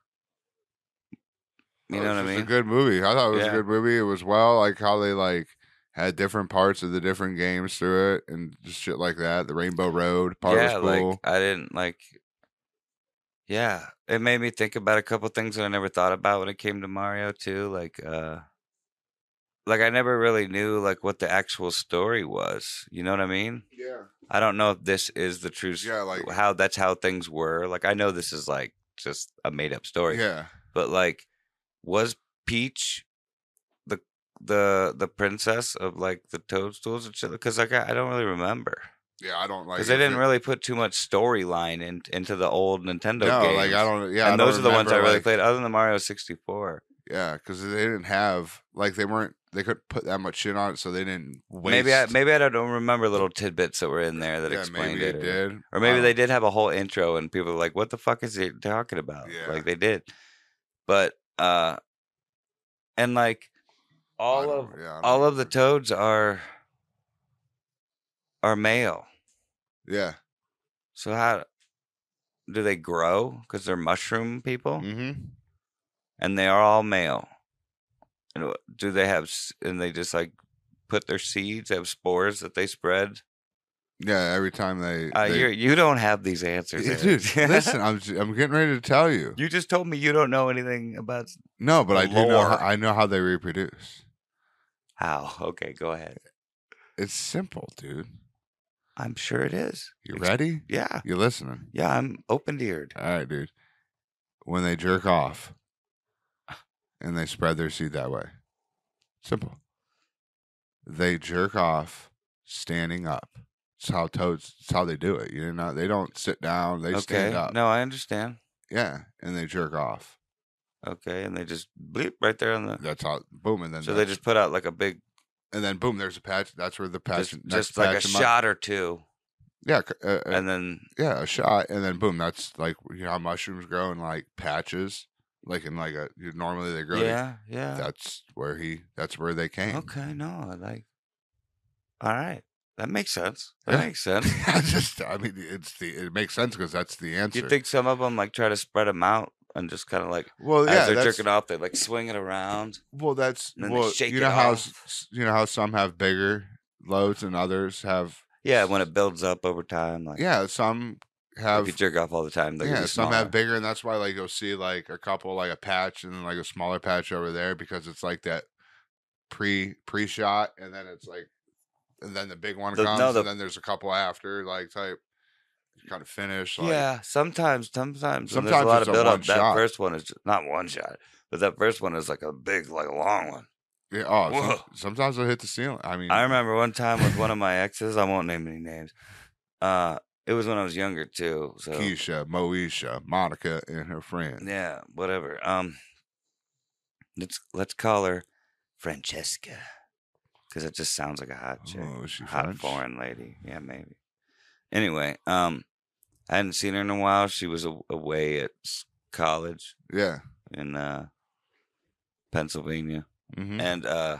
Speaker 2: You know what I
Speaker 1: It's
Speaker 2: mean?
Speaker 1: Oh, a good movie. I thought it was
Speaker 2: Yeah.
Speaker 1: a good movie. It was well, like how they like had different parts of the different games through it and just shit like that. The Rainbow Road part
Speaker 2: yeah,
Speaker 1: was cool.
Speaker 2: like I didn't like. Yeah, it made me think about a couple things that I never thought about when it came to Mario too, like uh like I never really knew like what the actual story was. You know what I mean?
Speaker 1: Yeah.
Speaker 2: I don't know if this is the true. s-
Speaker 1: Yeah, like-
Speaker 2: how that's how things were. Like I know this is like just a made up story.
Speaker 1: Yeah.
Speaker 2: But like, was Peach the the the princess of like the toadstools and shit? Because like I, I don't really remember.
Speaker 1: Yeah. I don't like.
Speaker 2: Because they
Speaker 1: if
Speaker 2: didn't
Speaker 1: it-
Speaker 2: really put too much storyline in, into the old Nintendo
Speaker 1: No,
Speaker 2: games.
Speaker 1: like I don't. Yeah. I
Speaker 2: and
Speaker 1: don't
Speaker 2: those are the ones I
Speaker 1: remember,
Speaker 2: really
Speaker 1: like-
Speaker 2: played, other than the Mario 64.
Speaker 1: Yeah, because they didn't have like they weren't they couldn't put that much shit on it, so they didn't waste.
Speaker 2: Maybe I maybe I don't remember little tidbits that were in there that
Speaker 1: yeah,
Speaker 2: explained
Speaker 1: maybe
Speaker 2: it, or,
Speaker 1: did, Um,
Speaker 2: or maybe
Speaker 1: I
Speaker 2: they
Speaker 1: don't-
Speaker 2: did have a whole intro and people were like, "What the fuck is he talking about?"
Speaker 1: Yeah.
Speaker 2: Like they did, but uh, and like
Speaker 1: I
Speaker 2: all of
Speaker 1: don't- yeah, I don't
Speaker 2: all of the
Speaker 1: remember.
Speaker 2: toads are are male.
Speaker 1: yeah.
Speaker 2: So how do they grow? Because they're mushroom people,
Speaker 1: Mm-hmm.
Speaker 2: and they are all male. And wha- do they have? s- And they just like put their seeds, have spores that they spread.
Speaker 1: Yeah. Every time they,
Speaker 2: Uh,
Speaker 1: they [laughs]
Speaker 2: you're- you don't have these answers,
Speaker 1: Yeah,
Speaker 2: Eric. [laughs]
Speaker 1: dude. listen, I'm j- I'm getting ready to tell you.
Speaker 2: you just told me you don't know anything about s-
Speaker 1: No, but I do know. How,
Speaker 2: Lore.
Speaker 1: I know how they reproduce.
Speaker 2: how. Okay, go ahead.
Speaker 1: It's simple, dude.
Speaker 2: I'm sure it is.
Speaker 1: You
Speaker 2: Ex-
Speaker 1: ready?
Speaker 2: Yeah,
Speaker 1: You listening?
Speaker 2: yeah. I'm open-eared.
Speaker 1: All right, dude. When they jerk off, and they spread their seed that way. Simple. They jerk off standing up. It's how toads. It's how they do it. You know, they don't sit down. They
Speaker 2: Okay.
Speaker 1: stand up.
Speaker 2: No, I understand.
Speaker 1: Yeah, and they jerk off.
Speaker 2: Okay, and they just bleep right there on the.
Speaker 1: That's how. Boom, and then
Speaker 2: Uh. So they
Speaker 1: that's-
Speaker 2: just put out like a big,
Speaker 1: and then boom. There's a patch. That's where the patch.
Speaker 2: just,
Speaker 1: next
Speaker 2: just like a
Speaker 1: patch 'em up.
Speaker 2: shot or two,
Speaker 1: Yeah, c- uh, uh,
Speaker 2: and then
Speaker 1: yeah, a shot, and then boom. That's like you know how mushrooms grow in like patches, like in like a you- normally they grow. to-
Speaker 2: yeah, yeah.
Speaker 1: That's where he. That's where they came.
Speaker 2: Okay, no, I like. All right, that makes sense. That
Speaker 1: Yeah.
Speaker 2: makes
Speaker 1: [laughs]
Speaker 2: sense.
Speaker 1: [laughs] I just, I mean, it's the it makes sense because that's the answer.
Speaker 2: You think some of them like try to spread them out and just kind of like
Speaker 1: Well, Oh, yeah,
Speaker 2: as they're
Speaker 1: that's,
Speaker 2: jerking off, they like swing it around.
Speaker 1: well, that's
Speaker 2: and then they
Speaker 1: well,
Speaker 2: shake
Speaker 1: you
Speaker 2: it
Speaker 1: know how
Speaker 2: off.
Speaker 1: s- you know how some have bigger loads and others have
Speaker 2: Yeah, when it builds up over time, like
Speaker 1: yeah, some
Speaker 2: if
Speaker 1: have
Speaker 2: you jerk off all the time, they
Speaker 1: yeah,
Speaker 2: yeah,
Speaker 1: some have bigger, and that's why like you'll see like a couple like a patch and then like a smaller patch over there because it's like that pre pre shot, and then it's like and then the big one
Speaker 2: The- no,
Speaker 1: comes,
Speaker 2: the-
Speaker 1: and then there's a couple after like type kind of finish. Like,
Speaker 2: Yeah, sometimes, sometimes, when there's
Speaker 1: Sometimes
Speaker 2: a lot
Speaker 1: it's
Speaker 2: of
Speaker 1: a
Speaker 2: build up.
Speaker 1: one
Speaker 2: That
Speaker 1: shot.
Speaker 2: first one is just, not one shot, but that first one is like a big, like a long one.
Speaker 1: yeah, oh, some-
Speaker 2: Whoa.
Speaker 1: sometimes they'll hit the ceiling. I mean,
Speaker 2: I remember one time with
Speaker 1: [laughs]
Speaker 2: one of my exes. I won't name any names. Uh, it was when I was younger too. So
Speaker 1: Keisha, Moesha, Monica, and her friend.
Speaker 2: yeah, whatever. Um, let's let's call her Francesca because it just sounds like a hot chick,
Speaker 1: Oh, is she
Speaker 2: hot
Speaker 1: French?
Speaker 2: foreign lady. Yeah, maybe. Anyway, um, I hadn't seen her in a while. She was a- away at s- college
Speaker 1: Yeah.
Speaker 2: in uh, Pennsylvania.
Speaker 1: Mm-hmm.
Speaker 2: and uh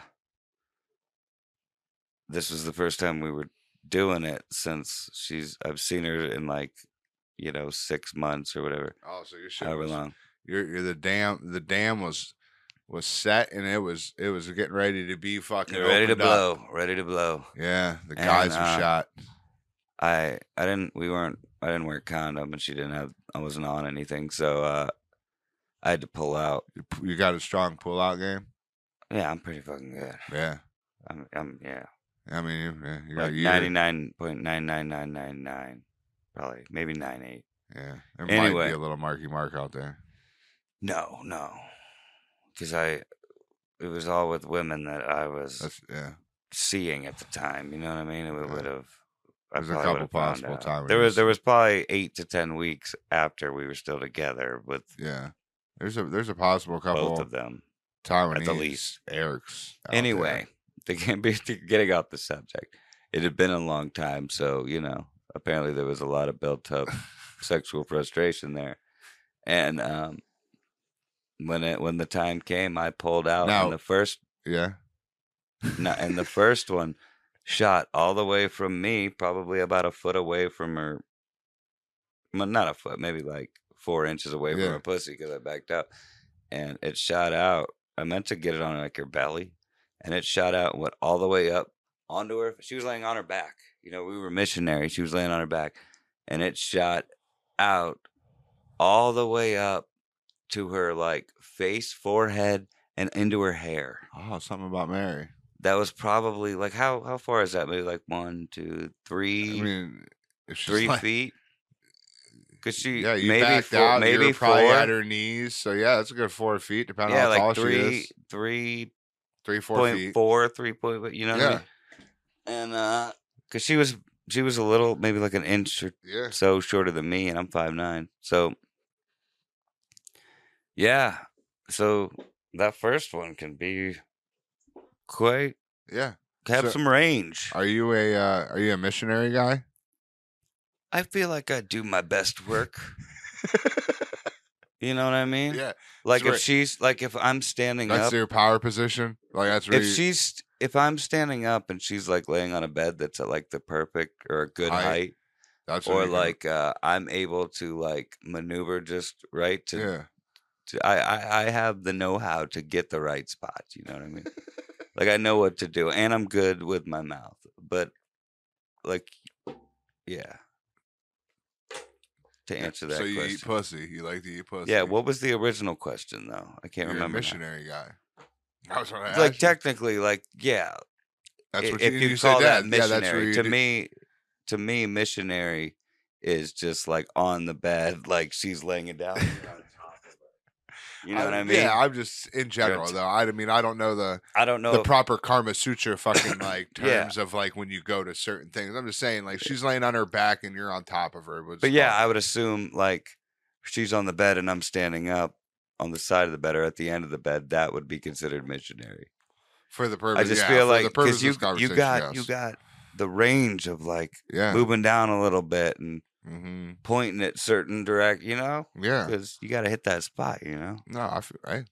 Speaker 2: this was the first time we were doing it since she's i've seen her in like you know six months or whatever
Speaker 1: Oh, so your shit
Speaker 2: however
Speaker 1: was-
Speaker 2: long
Speaker 1: Your, your the dam the dam was was set and it was it was getting ready to be fucking
Speaker 2: They're ready to
Speaker 1: opened up.
Speaker 2: blow ready to blow
Speaker 1: Yeah, the
Speaker 2: And,
Speaker 1: guys were
Speaker 2: uh,
Speaker 1: shot.
Speaker 2: i i didn't we weren't i didn't wear a condom and she didn't have i wasn't on anything so uh i had to pull out
Speaker 1: You p- You got a strong pull out game.
Speaker 2: yeah i'm pretty fucking good
Speaker 1: Yeah,
Speaker 2: i'm, I'm yeah
Speaker 1: I mean you, yeah, you got
Speaker 2: like
Speaker 1: a year.
Speaker 2: 99.99999 probably maybe 98
Speaker 1: Yeah, there might
Speaker 2: Anyway.
Speaker 1: be a little marky mark out there.
Speaker 2: No, no, because I, it was all with women that I was
Speaker 1: That's yeah.
Speaker 2: seeing at the time. You know what I mean? It
Speaker 1: Yeah.
Speaker 2: would have.
Speaker 1: There's a couple possible times
Speaker 2: There
Speaker 1: where you
Speaker 2: was there was probably eight to ten weeks after we were still together with
Speaker 1: Yeah, there's a there's a possible couple
Speaker 2: both of them.
Speaker 1: Taiwanese
Speaker 2: least.
Speaker 1: Eric's. out there.
Speaker 2: Anyway, [laughs] they can't be getting off the subject. It had been a long time, so you know. Apparently, there was a lot of built up sexual frustration there, and um, when it when the time came, I pulled out.
Speaker 1: Now-
Speaker 2: and the first
Speaker 1: yeah,
Speaker 2: No, and the first one shot all the way from me, probably about a foot away from her. Well, not a foot, maybe like four inches away
Speaker 1: Yeah.
Speaker 2: from her pussy because I backed up, and it shot out. I meant to get it on like her belly, and it shot out and went all the way up onto her. She was laying on her back. You know, we were missionary. She was laying on her back, and it shot out all the way up to her like face, forehead, and into her hair.
Speaker 1: Oh, something about Mary.
Speaker 2: That was probably like how how far is that? Maybe like one, two,
Speaker 1: I
Speaker 2: three,
Speaker 1: mean, if she's
Speaker 2: three
Speaker 1: like,
Speaker 2: feet. Cause she
Speaker 1: yeah, you
Speaker 2: maybe
Speaker 1: backed
Speaker 2: four,
Speaker 1: out. you
Speaker 2: maybe
Speaker 1: were probably
Speaker 2: four.
Speaker 1: at her knees. So yeah, that's a good four feet, depending
Speaker 2: yeah,
Speaker 1: on how tall
Speaker 2: like
Speaker 1: she
Speaker 2: three,
Speaker 1: is.
Speaker 2: three
Speaker 1: Three, four
Speaker 2: point
Speaker 1: feet.
Speaker 2: four, three point. You know, what I
Speaker 1: yeah,
Speaker 2: mean? and uh, cause she was she was a little maybe like an inch or
Speaker 1: yeah.
Speaker 2: so shorter than me, and I'm five nine. So yeah, so that first one can be quite
Speaker 1: Yeah.
Speaker 2: have
Speaker 1: So-
Speaker 2: some range.
Speaker 1: Are you a uh, are you a missionary guy?
Speaker 2: I feel like I do my best work.
Speaker 1: [laughs]
Speaker 2: you know what I mean?
Speaker 1: Yeah.
Speaker 2: Like if
Speaker 1: right.
Speaker 2: she's like if I'm standing
Speaker 1: That's
Speaker 2: up,
Speaker 1: your power position. Like that's where
Speaker 2: if
Speaker 1: you-
Speaker 2: she's if I'm standing up and she's like laying on a bed that's at like the perfect or a good
Speaker 1: Height,
Speaker 2: height,
Speaker 1: that's where
Speaker 2: or
Speaker 1: you can-
Speaker 2: like uh, I'm able to like maneuver just right to
Speaker 1: yeah.
Speaker 2: to- I, I I have the know how to get the right spot. You know what I
Speaker 1: [laughs]
Speaker 2: mean? like I know what to do, and I'm good with my mouth. But like, yeah. To
Speaker 1: Yeah,
Speaker 2: answer that
Speaker 1: so you eat
Speaker 2: question,
Speaker 1: pussy. You like to eat pussy.
Speaker 2: yeah. What was the original question though? I can't
Speaker 1: You're
Speaker 2: remember.
Speaker 1: a
Speaker 2: now.
Speaker 1: missionary guy. [laughs] I was trying to
Speaker 2: It's
Speaker 1: ask
Speaker 2: Like
Speaker 1: you.
Speaker 2: technically, like yeah.
Speaker 1: That's
Speaker 2: i-
Speaker 1: what
Speaker 2: if you,
Speaker 1: said
Speaker 2: call that,
Speaker 1: Yeah, that's
Speaker 2: missionary,
Speaker 1: where you
Speaker 2: to
Speaker 1: do-
Speaker 2: me, to me, missionary is just like on the bed, like she's laying
Speaker 1: [laughs]
Speaker 2: it down. you're on top of her. You know what I mean?
Speaker 1: Yeah, I'm just in general
Speaker 2: t-
Speaker 1: though. I mean, I don't know the
Speaker 2: I don't know.
Speaker 1: the
Speaker 2: if-
Speaker 1: proper Karma Sutra fucking like
Speaker 2: Oh. [coughs] Yeah.
Speaker 1: terms of like when you go to certain things. I'm just saying, like she's laying on her back and you're on top of her.
Speaker 2: But yeah, I would assume like she's on the bed and I'm standing up on the side of the bed or at the end of the bed. That would be considered missionary.
Speaker 1: for the purpose,
Speaker 2: I just
Speaker 1: yeah,
Speaker 2: feel
Speaker 1: for
Speaker 2: like
Speaker 1: the purpose of
Speaker 2: because you
Speaker 1: this
Speaker 2: you
Speaker 1: conversation,
Speaker 2: got you
Speaker 1: yes.
Speaker 2: got the range of like
Speaker 1: yeah,
Speaker 2: moving down a little bit and
Speaker 1: hmm
Speaker 2: pointing at certain direct, you know,
Speaker 1: yeah.
Speaker 2: because you got to hit that spot, you know.
Speaker 1: No, I feel right.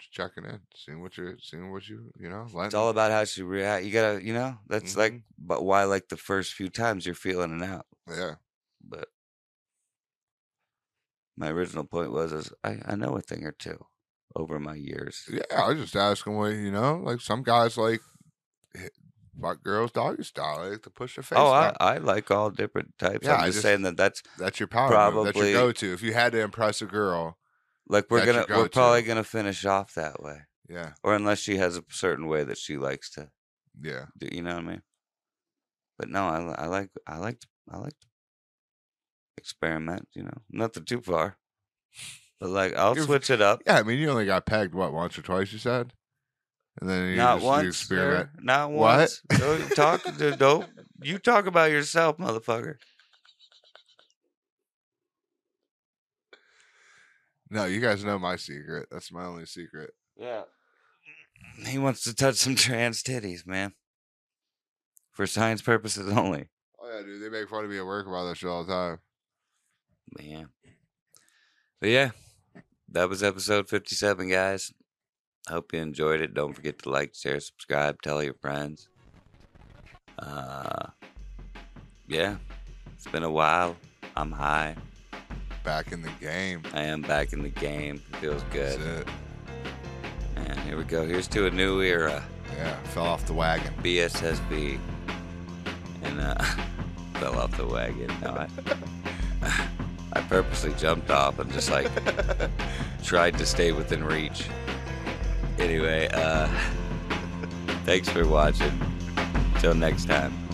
Speaker 1: Just checking in, seeing what you're seeing, what you you know.
Speaker 2: It's
Speaker 1: letting-
Speaker 2: all about how she react. You gotta, you know, that's like,
Speaker 1: Mhm.
Speaker 2: but why like the first few times you're feeling it out.
Speaker 1: yeah,
Speaker 2: But my original point was, is I, I know a thing or two over my years.
Speaker 1: yeah. I was just asking what you know. Like some guys like hit- fuck girls doggy style. They like to push their face.
Speaker 2: Oh, I,
Speaker 1: down.
Speaker 2: I like all different types.
Speaker 1: Yeah,
Speaker 2: I'm
Speaker 1: I
Speaker 2: just,
Speaker 1: just-
Speaker 2: saying that that's
Speaker 1: that's your power. Probably that's
Speaker 2: probably-
Speaker 1: your go-to. If you had to impress a girl,
Speaker 2: like we're
Speaker 1: That's your
Speaker 2: gonna we're
Speaker 1: go-to.
Speaker 2: probably gonna finish off that way,
Speaker 1: yeah,
Speaker 2: or unless she has a certain way that she likes to
Speaker 1: yeah.
Speaker 2: do. You know what I mean? But no, I, li- I like I like to- I like to experiment. You know, nothing too far, but like I'll
Speaker 1: You're-
Speaker 2: switch it up.
Speaker 1: Yeah, I mean, you only got pegged what once or twice, you said, and then you
Speaker 2: not
Speaker 1: just,
Speaker 2: once,
Speaker 1: you
Speaker 2: sir.
Speaker 1: experiment.
Speaker 2: Not
Speaker 1: What?
Speaker 2: once. Don't talk.
Speaker 1: [laughs]
Speaker 2: d- don't you talk about yourself, motherfucker?
Speaker 1: No, you guys know my secret. That's my only secret.
Speaker 2: Yeah. He wants to touch some trans titties, man. For science purposes only.
Speaker 1: Oh yeah, dude, they make fun of me at work about that shit all the time.
Speaker 2: Man. But yeah, that was episode 57, guys. Hope you enjoyed it. Don't forget to like, share, subscribe, tell your friends. Uh, yeah, it's been a while. I'm high.
Speaker 1: Back in the game.
Speaker 2: I am back in the game. It feels
Speaker 1: That's
Speaker 2: good.
Speaker 1: it.
Speaker 2: And here we go. Here's to a new era.
Speaker 1: Yeah, fell off the wagon.
Speaker 2: BSSB. And uh, [laughs] fell off the wagon. No, I, [laughs] I purposely jumped off and just like tried to stay within reach. [laughs] Anyway, uh, thanks for watching. Till next time.